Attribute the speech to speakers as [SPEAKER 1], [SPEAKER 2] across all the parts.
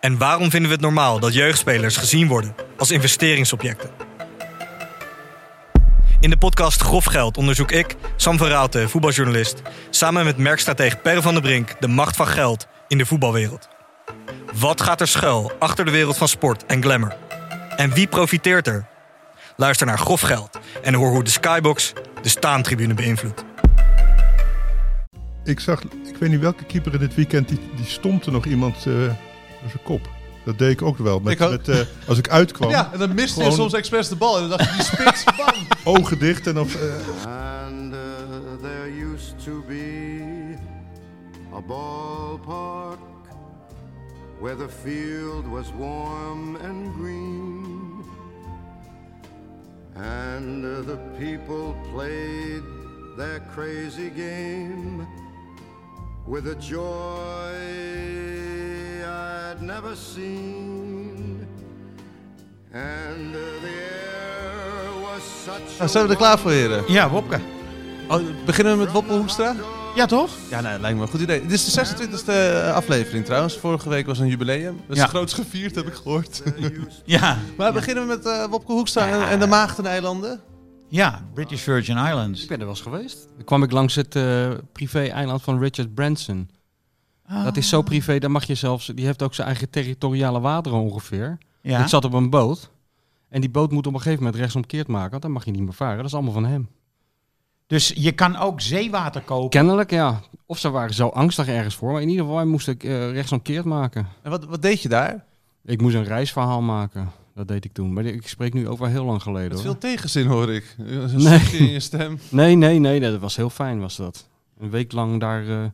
[SPEAKER 1] En waarom vinden we het normaal dat jeugdspelers gezien worden als investeringsobjecten? In de podcast Grof Geld onderzoek ik, Sam van Raalte, voetbaljournalist, samen met merkstratege Per van der Brink de macht van geld in de voetbalwereld. Wat gaat er schuil achter de wereld van sport en glamour? En wie profiteert er? Luister naar Grof Geld en hoor hoe de Skybox de staantribune beïnvloedt.
[SPEAKER 2] Ik zag, ik weet niet welke keeper in dit weekend, die, die stompte nog iemand eh, door zijn kop. Dat deed ik ook wel. Met,
[SPEAKER 3] Ik had-
[SPEAKER 2] met, eh, als ik uitkwam,
[SPEAKER 3] Ja, en dan miste
[SPEAKER 2] Gewoon-
[SPEAKER 3] je soms expres de bal. En dan dacht je, die spits, bam.
[SPEAKER 2] ogen dicht en of, eh,
[SPEAKER 4] And uh, there used to be a ballpark where the field was warm and green. And uh, the people played their crazy game with a joy I'd never seen. And uh, the air was such
[SPEAKER 3] Nou, zijn we er
[SPEAKER 4] a
[SPEAKER 3] klaar voor, heren?
[SPEAKER 5] Ja, Wopke.
[SPEAKER 3] Oh, beginnen we met Woppe Hoekstra?
[SPEAKER 5] Ja, toch?
[SPEAKER 3] Ja, nou, lijkt me een goed idee. Dit is de 26e aflevering trouwens. Vorige week was een jubileum. Dat is
[SPEAKER 5] Ja.
[SPEAKER 3] groots gevierd, heb ik gehoord.
[SPEAKER 5] Ja.
[SPEAKER 3] Maar beginnen we met eh, Wopke Hoekstra en, en de Maagdeneilanden.
[SPEAKER 5] Ja, British Virgin Islands.
[SPEAKER 6] Ik ben er wel eens geweest. Dan kwam ik langs het eh, privé-eiland van Richard Branson. Dat is zo privé, daar mag je zelfs... Die heeft ook zijn eigen territoriale wateren ongeveer.
[SPEAKER 5] Ja.
[SPEAKER 6] Ik zat op een boot. En die boot moet op een gegeven moment rechtsomkeerd maken. Want dan mag je niet meer varen. Dat is allemaal van hem.
[SPEAKER 5] Dus je kan ook zeewater kopen.
[SPEAKER 6] Kennelijk, ja. Of ze waren zo angstig ergens voor. Maar in ieder geval, hij moest ik eh, rechtsomkeerd maken.
[SPEAKER 3] En wat, wat deed je daar?
[SPEAKER 6] Ik moest een reisverhaal maken. Dat deed ik toen. Maar ik spreek nu over heel lang geleden.
[SPEAKER 3] Met
[SPEAKER 6] Hoor.
[SPEAKER 3] veel tegenzin hoor ik. Een
[SPEAKER 6] Nee.
[SPEAKER 3] zuchtje in je stem.
[SPEAKER 6] Nee, nee, nee, nee, dat was heel fijn, was dat. Een week lang daar eh,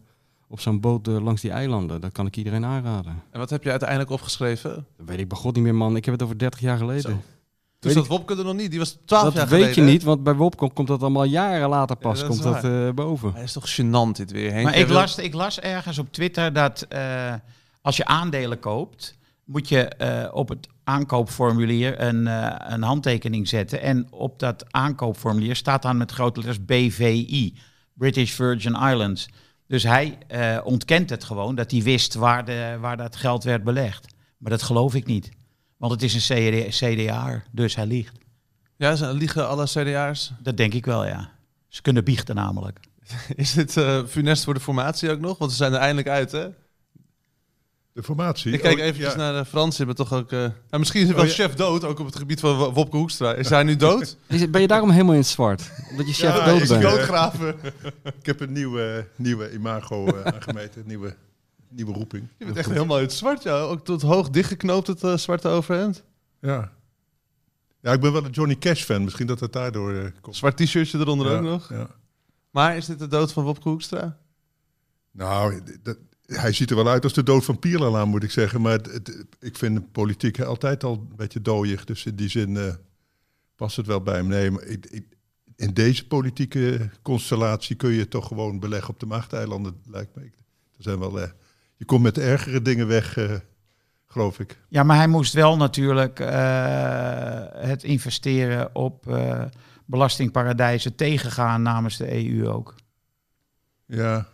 [SPEAKER 6] op zo'n boot eh, langs die eilanden. Dat kan ik iedereen aanraden.
[SPEAKER 3] En wat heb je uiteindelijk opgeschreven?
[SPEAKER 6] Dat weet ik bij God niet meer, man. Ik heb het over 30 jaar geleden.
[SPEAKER 3] Zo. Toen
[SPEAKER 6] Weet
[SPEAKER 3] zat
[SPEAKER 6] ik-
[SPEAKER 3] Wopke er nog niet. Die was 12
[SPEAKER 6] Dat
[SPEAKER 3] jaar
[SPEAKER 6] weet
[SPEAKER 3] geleden.
[SPEAKER 6] je niet, want bij Wopcom komt dat allemaal jaren later pas
[SPEAKER 3] dat is
[SPEAKER 6] komt dat, eh, boven.
[SPEAKER 3] Hij is toch gênant dit weer, Henk.
[SPEAKER 5] Maar
[SPEAKER 3] Jij
[SPEAKER 5] ik
[SPEAKER 3] wil-
[SPEAKER 5] las, ik las ergens op Twitter dat eh, als je aandelen koopt, moet je eh, op het aankoopformulier een, eh, een handtekening zetten. En op dat aankoopformulier staat dan met grote letters BVI, British Virgin Islands. Dus hij eh, ontkent het gewoon, dat hij wist waar, de, waar dat geld werd belegd. Maar dat geloof ik niet. Want het is een CD, CDA, dus hij liegt.
[SPEAKER 3] Ja, ze liegen alle CDA's.
[SPEAKER 5] Dat denk ik wel, ja. Ze kunnen biechten namelijk.
[SPEAKER 3] Is dit eh, funest voor de formatie ook nog? Want ze zijn er eindelijk uit, hè?
[SPEAKER 2] de formatie.
[SPEAKER 3] Ik kijk
[SPEAKER 2] Oh,
[SPEAKER 3] even
[SPEAKER 2] ja.
[SPEAKER 3] naar de Fransen, maar toch ook... eh, nou, misschien is wel
[SPEAKER 2] Oh, ja.
[SPEAKER 3] chef dood, ook op het gebied van Wo- Wopke Hoekstra. Is hij nu dood?
[SPEAKER 6] Is het- ben je daarom helemaal in het zwart? Omdat je chef
[SPEAKER 2] Ja,
[SPEAKER 6] dood
[SPEAKER 2] is
[SPEAKER 6] bent?
[SPEAKER 2] dood. Ik heb een nieuwe, nieuwe imago eh, aangemeten, een nieuwe, nieuwe roeping.
[SPEAKER 3] Je bent echt helemaal in het zwart, ja. Ook tot hoog dichtgeknoopt het eh, zwarte overhemd.
[SPEAKER 2] Ja. ja, ik ben wel een Johnny Cash fan. Misschien dat het daardoor eh, komt.
[SPEAKER 3] Zwart t-shirtje eronder
[SPEAKER 2] Ja,
[SPEAKER 3] ook nog.
[SPEAKER 2] ja.
[SPEAKER 3] Maar is dit de dood van Wopke Hoekstra? Eh,
[SPEAKER 2] Nou, dat, hij ziet er wel uit als de dood van Pierlaan, moet ik zeggen. Maar het, het- ik vind politiek altijd al een beetje dooiig. Dus in die zin eh, past het wel bij hem. Nee, maar ik, ik- in deze politieke constellatie kun je toch gewoon beleggen op de machteilanden, lijkt me. Ik- Er zijn wel, eh, je komt met ergere dingen weg, eh, geloof ik.
[SPEAKER 5] Ja, maar hij moest wel natuurlijk eh, het investeren op eh, belastingparadijzen tegengaan namens de EU ook.
[SPEAKER 2] Ja.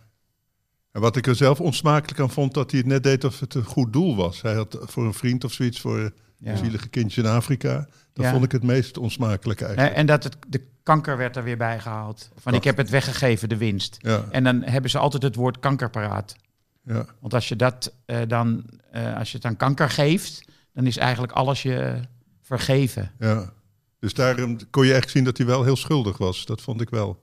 [SPEAKER 2] En wat ik er zelf onsmakelijk aan vond, dat hij het net deed of het een goed doel was. Hij had voor een vriend of zoiets, voor een
[SPEAKER 5] Ja.
[SPEAKER 2] zielige kindje in Afrika. Dat
[SPEAKER 5] Ja.
[SPEAKER 2] vond ik het meest onsmakelijk
[SPEAKER 5] Eh,
[SPEAKER 2] eigenlijk.
[SPEAKER 5] En dat het, de kanker werd er weer bij gehaald. Van ik heb het weggegeven, de winst.
[SPEAKER 2] Ja.
[SPEAKER 5] En dan hebben ze altijd het woord kanker paraat.
[SPEAKER 2] Ja,
[SPEAKER 5] Want als je, dat, eh, dan, eh, als je het aan kanker geeft, dan is eigenlijk alles je vergeven.
[SPEAKER 2] ja. Dus daarom kon je echt zien dat hij wel heel schuldig was. Dat vond ik wel.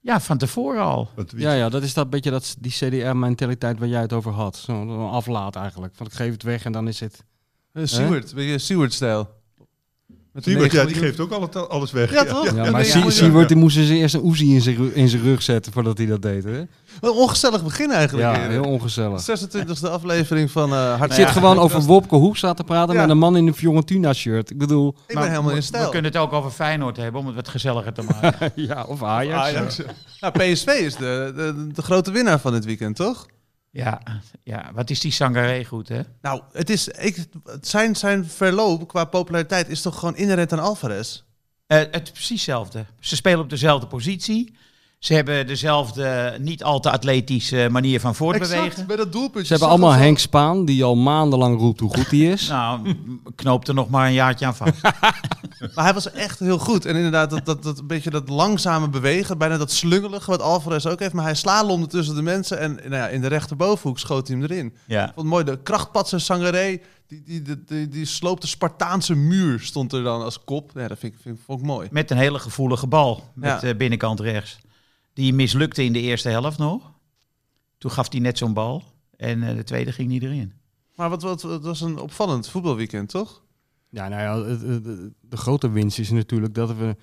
[SPEAKER 5] Ja, van tevoren al.
[SPEAKER 2] Want wie-
[SPEAKER 6] Ja, ja, dat is dat beetje dat, die CDR-mentaliteit waar jij het over had. Zo'n aflaat eigenlijk. Van ik geef het weg en dan is het...
[SPEAKER 3] Uh, Seward, ben je Seward-stijl? Met de
[SPEAKER 2] Siebert, ja, die
[SPEAKER 3] 9 miljoen.
[SPEAKER 2] geeft ook al het- alles weg.
[SPEAKER 3] Ja, toch?
[SPEAKER 6] Ja,
[SPEAKER 3] Ja,
[SPEAKER 6] maar
[SPEAKER 3] ja,
[SPEAKER 6] Sie-
[SPEAKER 3] ja.
[SPEAKER 6] Siewert, die moesten ze eerst een Uzi in zijn, ru- in zijn rug zetten voordat hij dat deed. Hè?
[SPEAKER 3] Wat een ongezellig begin eigenlijk.
[SPEAKER 6] Ja,
[SPEAKER 3] heren.
[SPEAKER 6] heel ongezellig.
[SPEAKER 3] 26e aflevering van eh Hart.
[SPEAKER 6] Ik zit gewoon over Wopke Hoekstra te praten
[SPEAKER 3] Ja.
[SPEAKER 6] met een man in een Fiorentina-shirt. Ik bedoel,
[SPEAKER 3] Ik
[SPEAKER 5] Maar
[SPEAKER 3] ben helemaal
[SPEAKER 5] we-
[SPEAKER 3] in
[SPEAKER 5] We
[SPEAKER 3] stijl.
[SPEAKER 5] kunnen het ook over Feyenoord hebben om het wat gezelliger te maken.
[SPEAKER 6] ja, of Ajax. eh.
[SPEAKER 3] Ajax. Nou, PSV is de, de, de grote winnaar van dit weekend, toch?
[SPEAKER 5] ja, ja, wat is die Sangaré goed, hè?
[SPEAKER 3] Nou, het is, ik, het zijn, zijn verloop qua populariteit is toch gewoon inherent aan Alvarez?
[SPEAKER 5] Eh, het is precies hetzelfde. Ze spelen op dezelfde positie. Ze hebben dezelfde niet al te atletische manier van voortbewegen.
[SPEAKER 3] Exact, bij dat doelpuntje.
[SPEAKER 6] Ze hebben
[SPEAKER 3] zag
[SPEAKER 6] allemaal
[SPEAKER 3] het al.
[SPEAKER 6] Henk Spaan, die al maandenlang roept hoe goed hij is.
[SPEAKER 5] Nou, m- knoop er nog maar een jaartje aan vast.
[SPEAKER 3] Maar hij was echt heel goed. En inderdaad, dat, dat, dat een beetje dat langzame bewegen, bijna dat slungelige, wat Alvarez ook heeft. Maar hij slalomde tussen de mensen en nou ja, in de rechterbovenhoek schoot hij hem erin.
[SPEAKER 5] ja.
[SPEAKER 3] Wat mooi, de krachtpatser Sangaré, die, die, die, die, die sloopt de Spartaanse muur, stond er dan als kop. Ja, dat vind ik, vind, ik- vond ik mooi.
[SPEAKER 5] Met een hele gevoelige bal. Met
[SPEAKER 3] Ja.
[SPEAKER 5] eh, binnenkant rechts. Die mislukte in de eerste helft nog. Toen gaf hij net zo'n bal. En eh, de tweede ging niet erin.
[SPEAKER 3] Maar wat, wat, het was een opvallend voetbalweekend, toch?
[SPEAKER 6] Ja, nou ja, het- het- het- de grote winst is natuurlijk dat we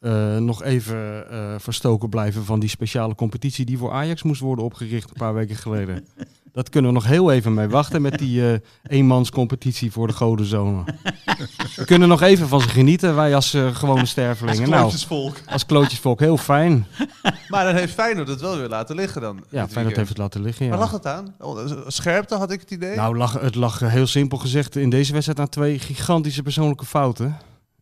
[SPEAKER 6] eh, nog even eh, verstoken blijven van die speciale competitie die voor Ajax moest worden opgericht een paar weken geleden. Dat kunnen we nog heel even mee wachten met die eh, eenmanscompetitie voor de godenzonen. We kunnen nog even van ze genieten, wij als eh, gewone stervelingen. Nou,
[SPEAKER 3] Klootjesvolk.
[SPEAKER 6] als klootjesvolk, heel fijn.
[SPEAKER 3] Maar dan heeft Feyenoord het wel weer laten liggen dan. dit
[SPEAKER 6] Ja, fijn
[SPEAKER 3] weekend.
[SPEAKER 6] dat heeft het laten liggen.
[SPEAKER 3] Waar lag
[SPEAKER 6] Ja.
[SPEAKER 3] het aan? Oh, Scherpte had ik het idee.
[SPEAKER 6] Nou, lag, het lag eh, heel simpel gezegd in deze wedstrijd aan twee gigantische persoonlijke fouten.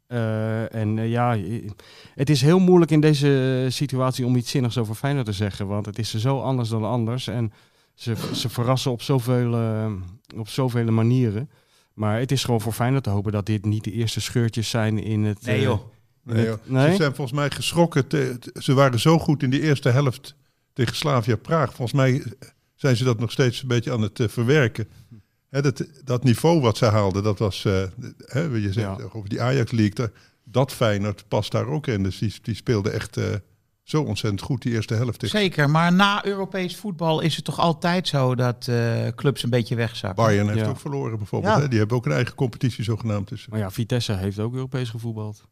[SPEAKER 6] Eh, en eh, ja, je- het is heel moeilijk in deze eh, situatie om iets zinnigs over Feyenoord te zeggen. Want het is zo anders dan anders. En ze, ze verrassen op zoveel, eh, op zoveel manieren. Maar het is gewoon voor Feyenoord te hopen dat dit niet de eerste scheurtjes zijn in het...
[SPEAKER 5] Nee
[SPEAKER 6] eh,
[SPEAKER 5] joh.
[SPEAKER 2] Nee,
[SPEAKER 6] Met-
[SPEAKER 2] joh.
[SPEAKER 6] nee?
[SPEAKER 2] Ze zijn volgens mij geschrokken. te- te- ze waren zo goed in de eerste helft tegen Slavia Praag. Volgens mij zijn ze dat nog steeds een beetje aan het eh, verwerken. Hè, dat, dat niveau wat ze haalden, dat was... eh, hè, je zegt
[SPEAKER 6] Ja.
[SPEAKER 2] over die Ajax League, daar- dat Feyenoord past daar ook in. Dus die, die speelde echt eh, zo ontzettend goed die eerste helft. tegen
[SPEAKER 5] Zeker, maar na Europees voetbal is het toch altijd zo dat eh, clubs een beetje wegzakken.
[SPEAKER 2] Bayern heeft
[SPEAKER 6] Ja.
[SPEAKER 2] ook verloren bijvoorbeeld.
[SPEAKER 3] Ja.
[SPEAKER 2] Hè? Die hebben ook een eigen competitie zogenaamd. Dus
[SPEAKER 6] Maar ja, Vitesse heeft ook Europees gevoetbald.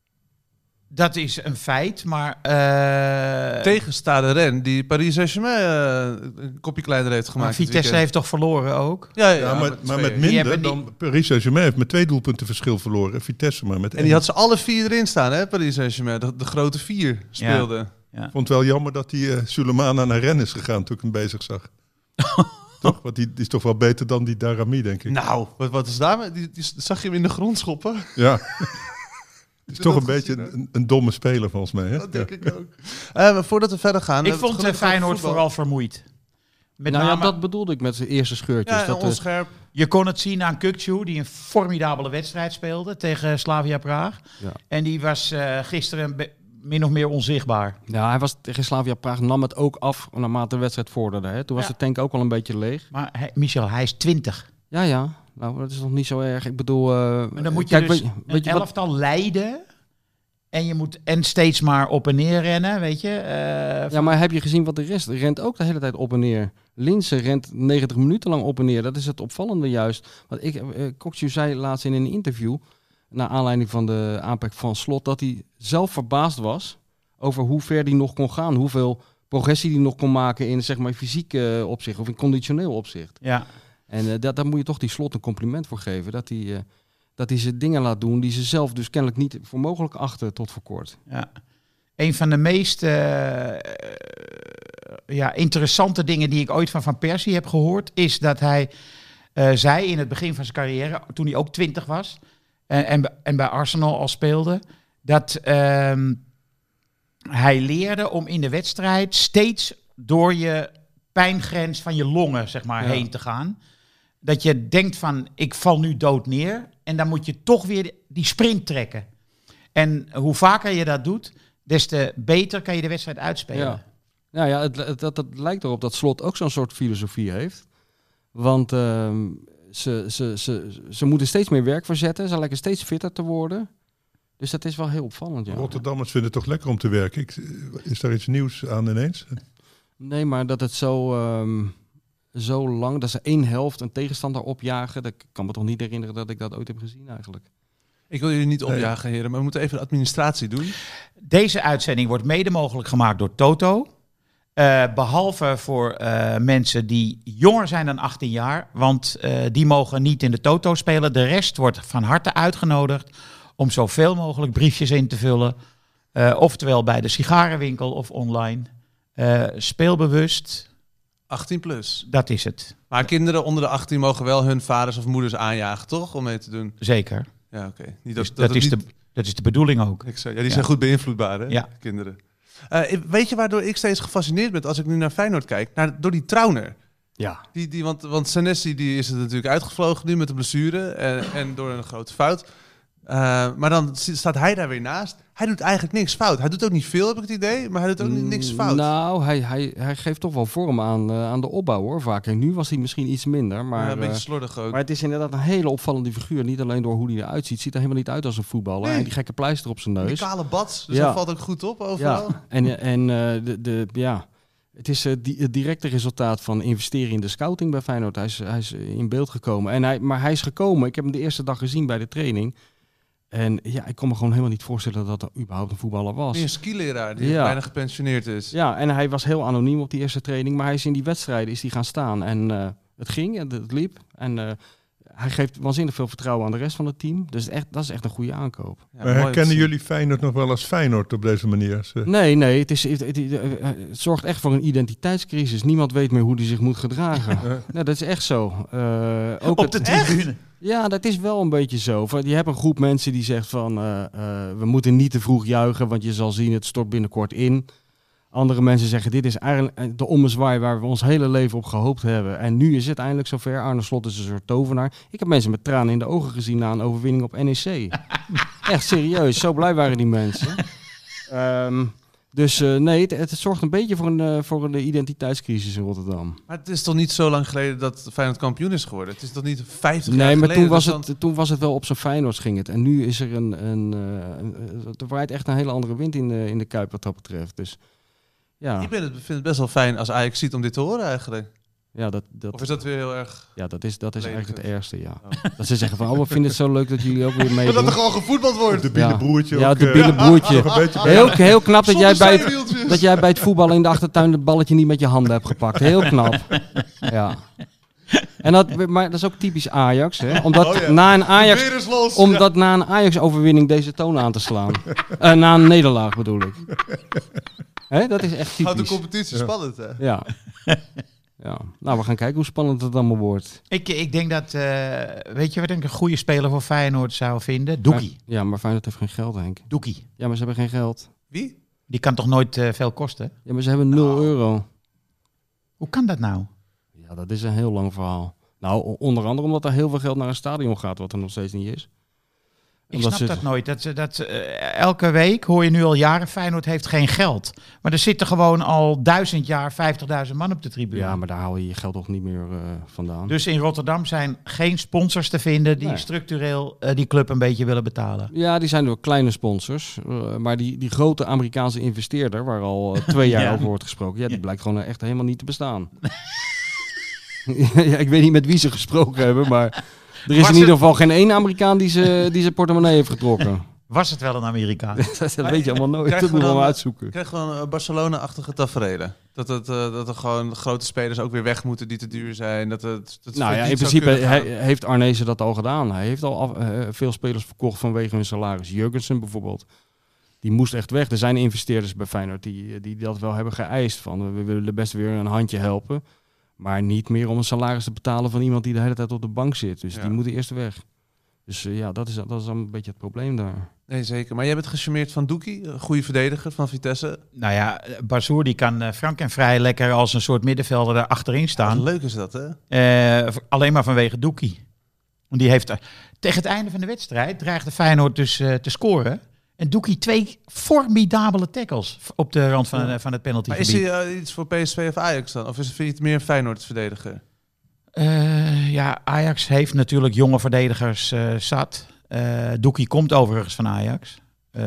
[SPEAKER 5] Dat is een feit, maar... eh,
[SPEAKER 3] Tegen Stade Rennes, die Paris Saint-Germain eh, een kopje kleiner heeft
[SPEAKER 5] maar
[SPEAKER 3] gemaakt. dit
[SPEAKER 5] Vitesse
[SPEAKER 3] weekend.
[SPEAKER 5] heeft toch verloren ook?
[SPEAKER 3] Ja, ja,
[SPEAKER 2] Ja, maar, maar met
[SPEAKER 3] 2-1.
[SPEAKER 5] Die
[SPEAKER 2] minder
[SPEAKER 5] hebben
[SPEAKER 2] dan Paris Saint-Germain heeft met twee doelpunten verschil verloren. En Vitesse maar met
[SPEAKER 3] En die had ze alle vier erin staan, hè, Paris Saint-Germain. De, de grote vier speelden.
[SPEAKER 2] Ik vond het wel jammer dat die eh Sulemana naar Rennes is gegaan toen ik hem bezig zag. toch? Want die, die is toch wel beter dan die Darami, denk ik.
[SPEAKER 3] Nou, wat, wat is daarmee? Die, die, zag je hem in de grond schoppen?
[SPEAKER 2] Ja. Het is
[SPEAKER 3] je
[SPEAKER 2] toch
[SPEAKER 3] dat
[SPEAKER 2] een beetje
[SPEAKER 3] gezien, hè?
[SPEAKER 2] een, een domme speler volgens mij. Hè?
[SPEAKER 3] Dat denk ik ook. Eh, maar voordat we verder gaan...
[SPEAKER 5] Ik
[SPEAKER 3] eh,
[SPEAKER 5] vond eh,
[SPEAKER 3] gelukkig
[SPEAKER 5] Feyenoord
[SPEAKER 3] voetbal.
[SPEAKER 5] vooral vermoeid. Met
[SPEAKER 6] nou
[SPEAKER 5] name,
[SPEAKER 6] ja, dat bedoelde ik met zijn eerste scheurtjes.
[SPEAKER 3] Ja, en
[SPEAKER 6] dat, eh,
[SPEAKER 3] onscherp.
[SPEAKER 5] Je kon het zien aan Kukçu, die een formidabele wedstrijd speelde tegen Slavia Praag.
[SPEAKER 6] Ja.
[SPEAKER 5] En die was eh, gisteren be- min of meer onzichtbaar.
[SPEAKER 6] Ja, hij was tegen Slavia Praag, nam het ook af naarmate de wedstrijd vorderde. Hè. Toen was
[SPEAKER 5] Ja.
[SPEAKER 6] de tank ook al een beetje leeg.
[SPEAKER 5] Maar hij- Michel, hij is 20.
[SPEAKER 6] Ja, ja. Nou, dat is nog niet zo erg. Ik bedoel... eh,
[SPEAKER 5] En dan moet je
[SPEAKER 6] kijk,
[SPEAKER 5] dus
[SPEAKER 6] weet,
[SPEAKER 5] een
[SPEAKER 6] weet je wat,
[SPEAKER 5] elftal leiden. En je moet en steeds maar op en neer rennen, weet je. Eh,
[SPEAKER 6] ja, maar heb je gezien wat de rest rent ook de hele tijd op en neer? Linsen rent 90 minuten lang op en neer. Dat is het opvallende juist. Want ik, eh Kokju zei laatst in een interview, naar aanleiding van de aanpak van Slot, dat hij zelf verbaasd was over hoe ver hij nog kon gaan. Hoeveel progressie hij nog kon maken in zeg maar, fysiek eh, opzicht of in conditioneel opzicht.
[SPEAKER 5] ja.
[SPEAKER 6] En eh, dat, daar moet je toch die slot een compliment voor geven. Dat hij, eh, dat hij ze dingen laat doen die ze zelf dus kennelijk niet voor mogelijk achten tot voor kort.
[SPEAKER 5] Ja. Een van de meest eh, eh, ja, interessante dingen die ik ooit van Van Persie heb gehoord, is dat hij eh, zei in het begin van zijn carrière, toen hij ook twintig was en, en, bij- en bij Arsenal al speelde, dat ehm, hij leerde om in de wedstrijd steeds door je pijngrens van je longen zeg maar,
[SPEAKER 6] Ja.
[SPEAKER 5] heen te gaan. Dat je denkt van, ik val nu dood neer en dan moet je toch weer die sprint trekken. En hoe vaker je dat doet, des te beter kan je de wedstrijd uitspelen.
[SPEAKER 6] Ja. Nou ja, het, het- dat, dat lijkt erop dat slot ook zo'n soort filosofie heeft. Want ehm, ze, ze, ze, ze moeten steeds meer werk verzetten. Ze lijken steeds fitter te worden. Dus dat is wel heel opvallend. Ja.
[SPEAKER 2] Rotterdammers vinden het toch lekker om te werken. Ik, eh, is daar iets nieuws aan ineens?
[SPEAKER 6] Nee, maar dat het zo, ehm, zo lang, dat ze één helft een tegenstander opjagen. Dat ik kan me toch niet herinneren dat ik dat ooit heb gezien eigenlijk.
[SPEAKER 3] Ik wil jullie niet opjagen, heren, maar we moeten even de administratie doen.
[SPEAKER 5] Deze uitzending wordt mede mogelijk gemaakt door Toto. Eh, behalve voor eh, mensen die jonger zijn dan 18 jaar, want eh, die mogen niet in de Toto spelen. De rest wordt van harte uitgenodigd om zoveel mogelijk briefjes in te vullen. Eh, oftewel bij de sigarenwinkel of online. Eh, speelbewust,
[SPEAKER 3] 18 plus.
[SPEAKER 5] dat is het.
[SPEAKER 3] Maar kinderen onder de 18 mogen wel hun vaders of moeders aanjagen, toch? Om mee te doen.
[SPEAKER 5] Zeker.
[SPEAKER 3] Ja, oké. Niet
[SPEAKER 5] Dus dat,
[SPEAKER 3] het
[SPEAKER 5] is
[SPEAKER 3] niet-
[SPEAKER 5] de, dat is de bedoeling ook.
[SPEAKER 3] Ik zei, ja, die
[SPEAKER 5] Ja.
[SPEAKER 3] zijn goed beïnvloedbaar, hè?
[SPEAKER 5] Ja.
[SPEAKER 3] Kinderen. Eh, ik- weet je waardoor ik steeds gefascineerd ben als ik nu naar Feyenoord kijk? Naar, door die Trauner.
[SPEAKER 6] Ja.
[SPEAKER 3] Die, die, want want Senesi die is er natuurlijk uitgevlogen nu met een blessure en, en door een grote fout. Eh, maar dan zi- staat hij daar weer naast. Hij doet eigenlijk niks fout. Hij doet ook niet veel, heb ik het idee, maar hij doet ook niet, niks
[SPEAKER 6] Mm,
[SPEAKER 3] fout.
[SPEAKER 6] Nou, hij, hij, hij geeft toch wel vorm aan, eh, aan de opbouw hoor, vaak. En nu was hij misschien iets minder, maar...
[SPEAKER 3] Ja, een beetje
[SPEAKER 6] eh,
[SPEAKER 3] slordig ook.
[SPEAKER 6] Maar het is inderdaad een hele opvallende figuur. Niet alleen door hoe hij eruit ziet. Ziet er helemaal niet uit als een voetballer.
[SPEAKER 3] Nee.
[SPEAKER 6] En die gekke pleister op zijn
[SPEAKER 3] die
[SPEAKER 6] neus.
[SPEAKER 3] kale bats, dus
[SPEAKER 6] Ja.
[SPEAKER 3] dat valt ook goed op overal.
[SPEAKER 6] Ja. En, eh, en eh, de, de, ja. het is eh, di- het directe resultaat van investeren in de scouting bij Feyenoord. Hij is, hij is in beeld gekomen. En hij, maar hij is gekomen. Ik heb hem de eerste dag gezien bij de training. En ja, ik kon me gewoon helemaal niet voorstellen dat dat überhaupt een voetballer was.
[SPEAKER 3] Meer een skileraar die
[SPEAKER 6] Ja.
[SPEAKER 3] bijna gepensioneerd is.
[SPEAKER 6] Ja, en hij was heel anoniem op die eerste training. Maar hij is in die wedstrijden is die gaan staan. En eh, het ging, en het liep. En eh, hij geeft waanzinnig veel vertrouwen aan de rest van het team. Dus echt, dat is echt een goede aankoop.
[SPEAKER 3] Ja,
[SPEAKER 2] maar
[SPEAKER 3] mooi om te
[SPEAKER 2] herkennen
[SPEAKER 3] zien.
[SPEAKER 2] jullie Feyenoord nog wel als Feyenoord op deze manier? Ze-
[SPEAKER 6] Nee, nee, het, is, het, het- het- het zorgt echt voor een identiteitscrisis. Niemand weet meer hoe hij zich moet gedragen.
[SPEAKER 2] Ja.
[SPEAKER 6] nou, dat is echt zo. Eh, ook
[SPEAKER 5] Op
[SPEAKER 6] het-
[SPEAKER 5] de tribune.
[SPEAKER 6] Ja, dat is wel een beetje zo. Van, Je hebt een groep mensen die zegt van... eh, eh, we moeten niet te vroeg juichen, want je zal zien, het stort binnenkort in. Andere mensen zeggen, dit is eigenlijk eh, de ommezwaai waar we ons hele leven op gehoopt hebben. En nu is het eindelijk zover. Arne Slot is een soort tovenaar. Ik heb mensen met tranen in de ogen gezien na een overwinning op NEC. Echt serieus, zo blij waren die mensen. Ehm, dus eh, nee, het, het zorgt een beetje voor een, eh, voor een identiteitscrisis in Rotterdam.
[SPEAKER 3] Maar het is toch niet zo lang geleden dat Feyenoord kampioen is geworden? Het is toch niet 50 jaar
[SPEAKER 6] Nee, maar
[SPEAKER 3] geleden?
[SPEAKER 6] toen was,
[SPEAKER 3] Dus dan-
[SPEAKER 6] het, toen was het wel op zijn Feyenoord ging het. En nu is er een... een, eh, een- eh, er waait echt een hele andere wind in de, in de Kuip wat dat betreft. Dus ja,
[SPEAKER 3] Ik ben het, vind het best wel fijn als Ajax ziet om dit te horen eigenlijk.
[SPEAKER 6] ja, dat, dat,
[SPEAKER 3] Of is dat weer heel erg...
[SPEAKER 6] ja, dat is, dat is
[SPEAKER 3] Lelijk
[SPEAKER 6] eigenlijk het
[SPEAKER 3] het.
[SPEAKER 6] ergste, ja. Dat ze zeggen van, oh, we vinden het zo leuk dat jullie ook weer meedoen.
[SPEAKER 3] gewoon gevoetbald wordt!
[SPEAKER 2] De biele broertje.
[SPEAKER 6] Ja,
[SPEAKER 2] ook,
[SPEAKER 6] de
[SPEAKER 2] eh,
[SPEAKER 6] biele broertje.
[SPEAKER 2] nog een beetje bij-
[SPEAKER 6] Heel, heel knap dat jij, bij het,
[SPEAKER 3] Wieltjes.
[SPEAKER 6] dat jij bij het voetballen in de achtertuin het balletje niet met je handen hebt gepakt. Heel knap. Ja. En dat, maar dat is ook typisch Ajax, hè? Omdat
[SPEAKER 2] Oh ja.
[SPEAKER 6] na een Ajax
[SPEAKER 3] Weer eens los!
[SPEAKER 6] om dat na een Ajax-overwinning deze toon aan te slaan. Eh, na een nederlaag bedoel ik. Hè, dat is echt
[SPEAKER 3] Houdt de
[SPEAKER 6] typisch.
[SPEAKER 3] competitie
[SPEAKER 2] Ja.
[SPEAKER 3] spannend, hè?
[SPEAKER 6] Ja. ja. Nou, we gaan kijken hoe spannend het allemaal wordt.
[SPEAKER 5] Ik, ik denk dat, eh, weet je wat ik een goede speler voor Feyenoord zou vinden? Doekie.
[SPEAKER 6] Ja, maar Feyenoord heeft geen geld, Henk.
[SPEAKER 5] Doekie.
[SPEAKER 6] Ja, maar ze hebben geen geld.
[SPEAKER 3] Wie?
[SPEAKER 5] Die kan toch nooit eh, veel kosten?
[SPEAKER 6] Ja, maar ze hebben
[SPEAKER 2] Nou.
[SPEAKER 6] 0 euro.
[SPEAKER 5] Hoe kan dat nou?
[SPEAKER 6] Ja, dat is een heel lang verhaal. Nou, o- onder andere omdat er heel veel geld naar een stadion gaat, wat er nog steeds niet is.
[SPEAKER 5] Ik
[SPEAKER 6] Omdat
[SPEAKER 5] snap
[SPEAKER 6] ze-
[SPEAKER 5] dat nooit. Dat, ze- dat, ze, eh, elke week hoor je nu al jaren, Feyenoord heeft geen geld. Maar er zitten gewoon al duizend jaar 50.000 man op de tribune.
[SPEAKER 6] Ja, maar daar haal je je geld toch niet meer eh, vandaan.
[SPEAKER 5] Dus in Rotterdam zijn geen sponsors te vinden die
[SPEAKER 6] Nee.
[SPEAKER 5] structureel eh, die club een beetje willen betalen.
[SPEAKER 6] Ja, die zijn door kleine sponsors. eh, maar die, die grote Amerikaanse investeerder, waar al eh, twee jaar
[SPEAKER 5] Ja.
[SPEAKER 6] over wordt gesproken, ja, die blijkt gewoon eh, echt helemaal niet te bestaan. ja, ik weet niet met wie ze gesproken hebben, maar er
[SPEAKER 5] Was
[SPEAKER 6] is in
[SPEAKER 5] het-
[SPEAKER 6] ieder geval geen één Amerikaan die, ze, die zijn portemonnee heeft getrokken.
[SPEAKER 5] Was het wel een Amerikaan?
[SPEAKER 6] dat weet je allemaal nooit.
[SPEAKER 3] Krijgen we
[SPEAKER 6] Dat moeten we
[SPEAKER 3] dan,
[SPEAKER 6] allemaal
[SPEAKER 3] eh,
[SPEAKER 6] uitzoeken.
[SPEAKER 3] Ik krijg gewoon eh, Barcelona-achtige tafereelen. Dat, het, eh, dat er gewoon grote spelers ook weer weg moeten die te duur zijn. Dat het, dat
[SPEAKER 6] Nou ja, in principe he- heeft Arnezen dat al gedaan. Hij heeft al af- eh, veel spelers verkocht vanwege hun salaris. Jurgensen bijvoorbeeld. Die moest echt weg. Er zijn investeerders bij Feyenoord die, die dat wel hebben geëist. Van, we willen best weer een handje helpen. Maar niet meer om een salaris te betalen van iemand die de hele tijd op de bank zit. Dus
[SPEAKER 3] Ja.
[SPEAKER 6] die moet eerst weg. Dus eh, ja, dat is, dat is dan een beetje het probleem daar.
[SPEAKER 3] Nee, zeker. Maar jij bent gecharmeerd van Doekie, een goede verdediger van Vitesse.
[SPEAKER 5] nou ja, Bazoer die kan eh, frank en vrij lekker als een soort middenvelder daar achterin
[SPEAKER 3] Wat
[SPEAKER 5] staan.
[SPEAKER 3] leuk is dat, hè?
[SPEAKER 5] Eh, v- alleen maar vanwege Doekie. Want die heeft eh, tegen het einde van de wedstrijd dreigde Feyenoord dus eh, te scoren. En Doekie twee formidabele tackles v- op de rand van, eh, van het penalty.
[SPEAKER 3] Maar is hij eh, iets voor PSV of Ajax dan? Of is, vind je het meer een Feyenoord verdediger?
[SPEAKER 5] Eh, ja, Ajax heeft natuurlijk jonge verdedigers eh, zat. Eh Doekie komt overigens van Ajax. Eh,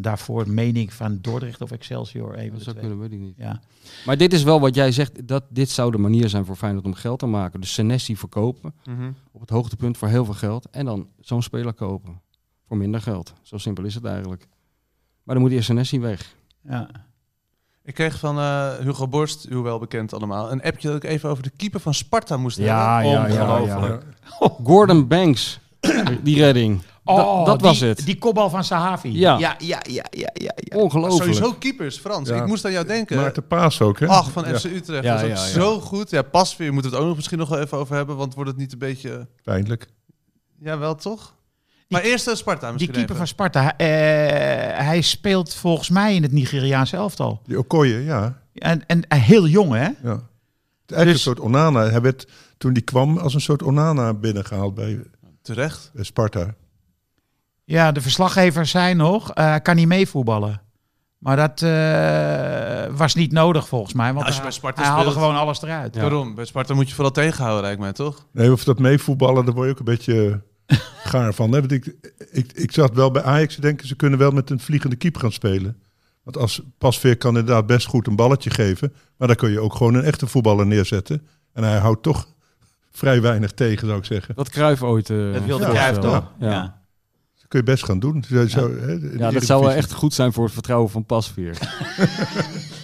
[SPEAKER 5] daarvoor meen ik van Dordrecht of Excelsior. Even
[SPEAKER 6] Dat
[SPEAKER 5] de
[SPEAKER 6] zou
[SPEAKER 5] twee.
[SPEAKER 6] kunnen, weet ik niet.
[SPEAKER 5] ja.
[SPEAKER 6] Maar dit is wel wat jij zegt. Dat, dit zou de manier zijn voor Feyenoord om geld te Mhm. maken. Dus Senesi verkopen. op het hoogtepunt voor heel veel geld. En dan zo'n speler kopen. Voor minder geld. Zo simpel is het eigenlijk. Maar dan moet die SNS zien weg.
[SPEAKER 5] Ja.
[SPEAKER 3] Ik kreeg van eh, Hugo Borst, u wel bekend allemaal, een appje dat ik even over de keeper van Sparta moest hebben.
[SPEAKER 5] Ongelooflijk.
[SPEAKER 6] Gordon Banks, die redding.
[SPEAKER 5] Oh,
[SPEAKER 6] dat dat
[SPEAKER 5] die-
[SPEAKER 6] was het.
[SPEAKER 5] Die kopbal van Sahavi.
[SPEAKER 6] Ja.
[SPEAKER 5] ja, ja, ja, ja. ja, ja.
[SPEAKER 6] Ongelooflijk.
[SPEAKER 3] Sowieso keepers, Frans.
[SPEAKER 2] Ja.
[SPEAKER 3] Ik moest aan jou denken.
[SPEAKER 2] Maakt de eh, paas ook, hè?
[SPEAKER 3] Ach, van
[SPEAKER 2] Ja,
[SPEAKER 3] FC Utrecht.
[SPEAKER 6] Ja,
[SPEAKER 3] dat is ook
[SPEAKER 6] ja, ja.
[SPEAKER 3] zo goed. Ja, Pasveer moeten we het ook nog misschien nog wel even over hebben. Want wordt het niet een beetje...
[SPEAKER 2] pijnlijk.
[SPEAKER 3] Ja, wel toch? Maar eerst eh, Sparta
[SPEAKER 5] Die
[SPEAKER 3] misschien
[SPEAKER 5] keeper van
[SPEAKER 3] even.
[SPEAKER 5] Sparta, eh, hij speelt volgens mij in het Nigeriaanse elftal.
[SPEAKER 2] Die Okoye, ja.
[SPEAKER 5] En, en en heel jong, hè?
[SPEAKER 2] ja. Het is Eigenlijk
[SPEAKER 5] Dus-
[SPEAKER 2] een soort Onana. Hij werd toen die kwam als een soort Onana binnengehaald bij
[SPEAKER 3] Terecht.
[SPEAKER 2] bij Eh, Sparta.
[SPEAKER 5] Ja, de verslaggever zei nog, eh, kan niet mee voetballen. Maar dat eh, was niet nodig volgens mij, want
[SPEAKER 3] als je
[SPEAKER 5] hij,
[SPEAKER 3] bij Sparta
[SPEAKER 5] hij haalde
[SPEAKER 3] speelt-
[SPEAKER 5] gewoon alles eruit.
[SPEAKER 6] Ja.
[SPEAKER 3] Waarom? Bij Sparta moet je vooral tegenhouden, lijkt mij, toch?
[SPEAKER 2] Nee, of dat meevoetballen, daar word je ook een beetje gaar van. Hè? Want ik, ik, ik zat wel bij Ajax te denken, ze kunnen wel met een vliegende keep gaan spelen. Want als Pasveer kan inderdaad best goed een balletje geven. Maar dan kun je ook gewoon een echte voetballer neerzetten. En hij houdt toch vrij weinig tegen, zou ik zeggen.
[SPEAKER 6] Wat Cruijff ooit... eh,
[SPEAKER 5] Dat wilde
[SPEAKER 2] Ja,
[SPEAKER 5] Cruijff
[SPEAKER 6] voorstelde.
[SPEAKER 5] toch?
[SPEAKER 6] Ja, ja.
[SPEAKER 5] Ja.
[SPEAKER 2] Dat kun je best gaan doen. Zo, zo, hè, in de
[SPEAKER 6] dat
[SPEAKER 2] Eredivisie.
[SPEAKER 6] zou wel echt goed zijn voor het vertrouwen van Pasveer.